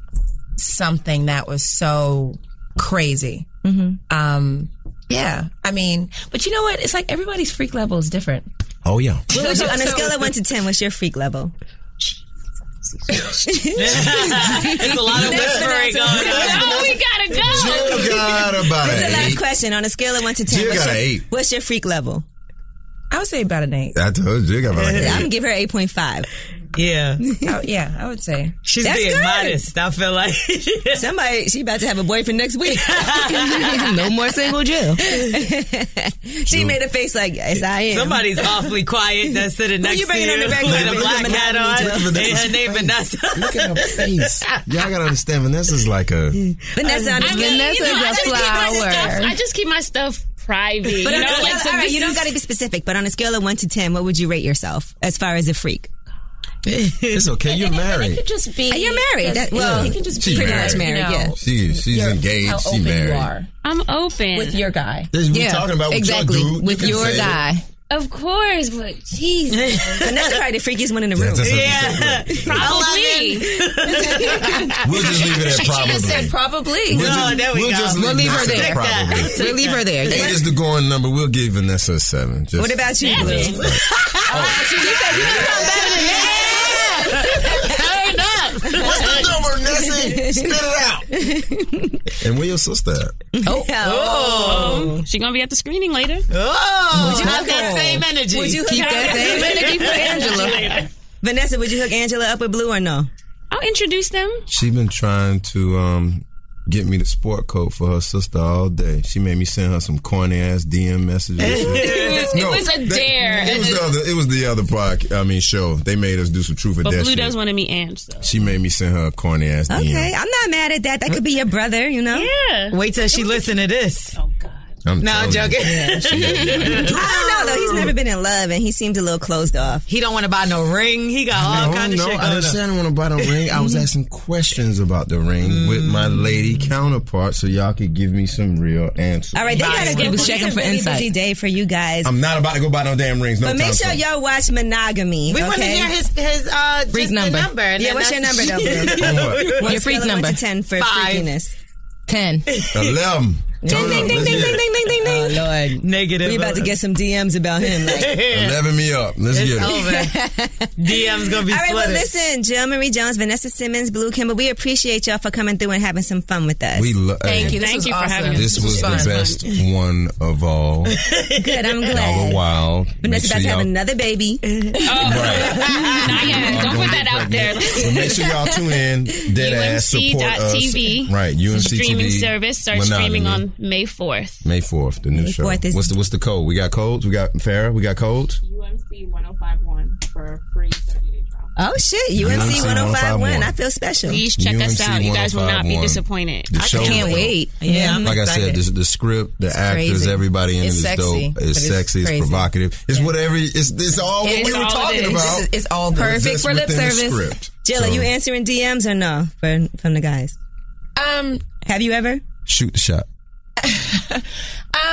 S4: something that was so crazy.
S5: Mm-hmm.
S4: Um, yeah. I mean, but you know what? It's like everybody's freak level is different.
S6: Oh yeah.
S9: What would you, on a
S4: So-
S9: scale of one to ten, what's your freak level?
S8: It's a lot of whispering going on.
S5: No, we gotta go.
S6: Jill got about
S9: This is the
S6: an
S9: last
S6: eight.
S9: question. On a scale of one to ten,
S6: Jill
S9: what's
S6: got
S9: your,
S6: an eight.
S9: what's your freak level?
S4: I would say about an eight.
S6: I told you, you got about an
S9: I'm gonna
S6: eight.
S9: give her eight point five.
S8: Yeah.
S4: Oh, yeah, I would say.
S8: She's
S9: That's
S8: being
S9: good.
S8: modest. I feel like.
S9: Somebody, she about to have a boyfriend next week.
S11: no more single Jill.
S9: she made a face like, yes, I am.
S8: Somebody's awfully quiet that's sitting
S9: Who
S8: next
S9: you bringing
S8: to
S9: on
S8: you
S9: the back
S8: with
S9: burner?
S8: a black
S9: Vanessa
S8: hat on
S9: Vanessa
S8: and
S6: Vanessa
S8: her name Vanessa.
S6: Look at her face. Y'all gotta understand, Vanessa's like a.
S9: Vanessa, on a
S5: I
S9: scale-
S5: mean,
S11: Vanessa's
S5: you know,
S11: a
S5: I just keep my
S11: flower.
S5: stuff- I just keep my stuff private.
S9: But
S5: you
S9: on
S5: know,
S9: a scale,
S5: like, so
S9: all right,
S5: this
S9: you don't
S5: is-
S9: got to be specific. But on a scale of one to ten, what would you rate yourself as far as a freak?
S6: It's okay. You're married.
S11: just be.
S9: Uh, you're married. That- well,
S11: you can just
S6: She
S11: be
S6: married.
S11: you
S9: married,
S11: know,
S9: yeah.
S6: She she's
S11: your-
S6: engaged.
S11: How
S6: She
S11: open you
S6: married.
S11: are
S5: I'm open
S11: with your guy.
S6: This we talking about with
S11: exactly
S6: your dude.
S11: with
S6: you can
S11: your
S6: say it.
S11: guy.
S5: Of course, but jeez,
S9: Vanessa probably the freakiest one in the room.
S6: That's, that's
S8: Yeah.
S5: probably.
S6: We'll just leave it at probably.
S11: probably.
S6: We'll
S8: No,
S6: just,
S8: there we
S6: we'll
S8: go.
S6: just leave,
S11: We'll leave her
S6: Vanessa
S11: there.
S6: Probably.
S11: We'll leave her there.
S6: Eight is the going number. We'll give Vanessa a seven. Just,
S9: what about you? Blue?
S5: Turn up.
S6: What's the number, Nessie? Spit it out. and where your sister? at?
S5: Oh, she gonna be at the screening later.
S8: Oh, would you have
S9: hook
S8: that
S9: her?
S8: same energy?
S9: Would you hook
S11: Keep
S9: her
S11: that
S9: up?
S11: same energy for Angela.
S9: Vanessa, would you hook Angela up with Blue or no?
S5: I'll introduce them.
S6: She been trying to um get me the sport coat for her sister all day. She made me send her some corny ass DM messages.
S5: It was,
S6: No,
S5: it was a
S6: that-
S5: dare.
S6: It
S5: and
S6: was
S5: then-
S6: the other. It was the other podcast. I mean, show. They made us do some truth or
S5: but
S6: dare.
S5: Blue
S6: shit.
S5: does want to meet Ange. So.
S6: She made me send her a corny ass DM.
S9: Okay, I'm not mad at that. That could be your brother, you know.
S5: Yeah.
S8: Wait till she listen to this.
S6: I'm
S8: No, I'm
S6: telling you.
S8: joking.
S9: I don't know though. He's never been in love, and he seemed a little closed off.
S8: He don't want to buy no ring. He got all
S6: no,
S8: kind of
S6: no,
S8: shit
S6: I
S8: going
S6: didn't say I didn't want to buy the ring. I was asking questions about the ring with my lady counterpart, so y'all could give me some real answers.
S9: All right, they
S8: Bye.
S9: gotta
S8: He
S9: go.
S8: was
S9: It's
S11: checking
S9: a
S11: for
S9: really
S11: insight.
S9: Busy day for you guys.
S6: I'm not about to go buy no damn rings. No
S9: but make
S6: time
S9: sure
S6: for it.
S9: y'all watch Monogamy.
S8: We
S9: okay?
S8: want to hear his his uh just the
S11: number.
S8: number. and
S9: Yeah,
S8: then
S9: what's your
S8: that's-
S9: number though?
S6: On
S9: Blue?
S6: what?
S9: On a
S11: Your freak
S9: scale of
S11: number.
S9: one to ten for
S8: Five.
S9: freakiness.
S11: Ten.
S6: Eleven. Turn up. Let's hear it.
S9: ding ding ding. Oh Lord,
S8: Negative.
S9: we about to get some DMs about him. Like.
S6: Eleven me up. Let's get it.
S8: over. DM's gonna be
S9: All right, well,
S8: flooded.
S9: listen, Jill Marie Jones, Vanessa Simmons, Blue Kimber, we appreciate y'all for coming through and having some fun with us.
S6: We love.
S11: Thank you. This
S5: Thank
S11: was
S5: you for
S11: awesome.
S5: having us.
S6: This was the best one of all.
S9: Good, I'm
S6: All the
S9: glad.
S6: while.
S9: Vanessa about to have another baby.
S11: Uh,
S5: Not yet. Don't put that out there.
S6: But make sure y'all tune in. Dead ass support us.
S5: UMC.TV.
S6: Right, UMC
S5: Streaming
S6: TV,
S5: service starts
S6: Monogamy.
S5: streaming on May 4th.
S6: May fourth. The new show.
S9: 4th is-
S6: what's the What's the
S5: oh
S6: code? We got codes. We got Farah. We got codes.
S5: UMC 1051 for free 30 day trial.
S9: Oh shit, UMC,
S6: UMC
S9: 1051.
S6: 1051.
S9: I feel special.
S5: Please check us
S6: UMC
S5: out. You guys will not be
S6: 1051.
S5: disappointed.
S6: The show-
S9: Yeah, I'm
S6: like I said,
S9: excited.
S6: the, the script, the
S9: It's
S6: actors,
S9: crazy.
S6: everybody in
S9: It's
S6: it is
S9: sexy,
S6: dope.
S9: but it's
S6: It's sexy. It's
S9: crazy.
S6: provocative. It's whatever. It's it's all what
S9: It's
S6: we were
S9: all it
S6: talking
S9: is.
S6: about.
S9: It's- it's all good.
S6: It's
S9: Perfect
S6: just
S9: for lip
S6: within the
S9: service.
S6: script.
S9: Jill, are
S6: So,
S9: you answering DMs or no for, from the guys?
S3: Um,
S9: Have you ever?
S6: shoot the shot.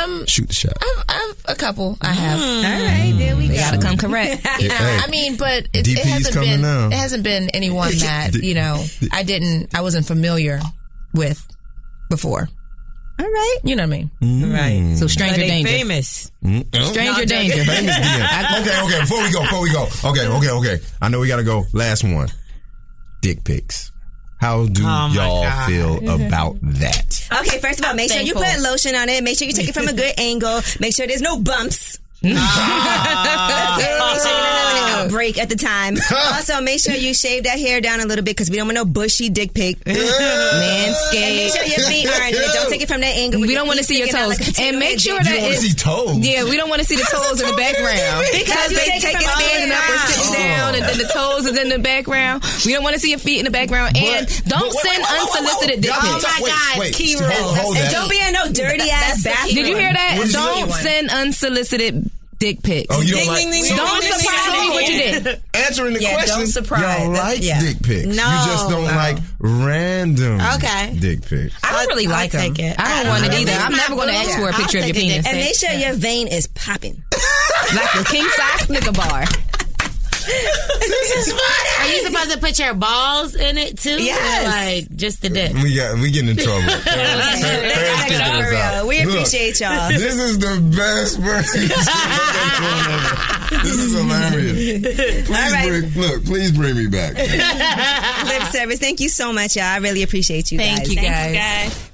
S3: Um,
S6: Shoot the shot.
S3: I've, I've a couple. I have.
S5: Mm.
S9: All right, there we
S3: They gotta
S9: go.
S3: come correct.
S9: Yeah,
S3: You know,
S9: hey.
S3: I mean, but it, it
S9: DP's
S3: hasn't
S9: coming
S3: been.
S9: now.
S3: It hasn't been anyone that you know I didn't. I wasn't familiar with before.
S9: All right.
S3: You know what I mean.
S9: Mm.
S6: Right.
S4: Hmm.
S3: So stranger
S4: But they
S3: danger.
S4: famous.
S3: Stranger
S4: No,
S3: danger.
S6: Famous DM. Okay, okay. Before we go, before we go. Okay, okay, okay. I know we gotta go. Last one. Dick pics. How do
S9: Oh, my
S6: y'all
S9: God.
S6: feel about that?
S9: Okay, first of all, make sure you put
S3: thankful.
S9: lotion on it. Make sure you take it from a good angle. Make sure there's no bumps. okay, make sure you don't have any outbreak at the time. also, make sure you shave that hair down a little bit because we don't want no bushy dick pic. Manscaped. And make sure your feet aren't. Don't take it from that angle.
S3: We don't want to see your toes. and make sure that it's
S6: toes.
S3: Yeah, we don't want to see the toes in the background
S9: Because
S3: because
S9: you
S3: they
S9: take
S3: take it
S9: it from all
S3: standing up or
S9: sides.
S3: sitting down, and then the toes is in the background. We don't want to see your feet in the background, and don't send
S9: but wait, wait, wait, wait,
S3: unsolicited dick
S9: wait, wait,
S3: pics.
S9: wait, wait, wait, hold- hold
S3: And
S9: that.
S3: don't be
S9: in no dirty ass bathroom.
S3: Did you hear
S9: What
S3: that?
S9: did you
S3: Don't
S9: do?
S3: send unsolicited dick pics.
S6: Oh, you don't Ding, like- ding, ding,
S3: Don't
S6: ding, ding,
S3: surprise
S6: ding,
S3: me
S6: ding,
S3: what you
S6: ding.
S3: did.
S6: Answering the question. Y'all like
S3: Yeah.
S6: dick pics. You
S3: No.
S6: just don't
S3: Oh.
S6: like random
S9: Okay.
S6: dick pics.
S3: I don't really like them. I don't want it either. I'm never going to ask for a picture of your penis.
S9: And make sure your vein is popping.
S3: like a king size Snicker bar.
S8: This is funny. Are you supposed to put your balls in it too? Or,
S9: Yes.
S8: like just the dick.
S6: We got we getting in trouble. Parents-
S8: They
S6: parents
S8: gotta get
S6: figure
S8: over
S6: this
S8: it.
S6: out.
S8: We
S6: Look,
S8: appreciate y'all.
S6: This is the best version. this is hilarious. Please
S9: All right.
S6: bring, look, please bring me back.
S9: Lip service. Thank you so much, y'all. I really appreciate you
S8: Thank
S9: guys.
S8: you, Thank you, guys. guys.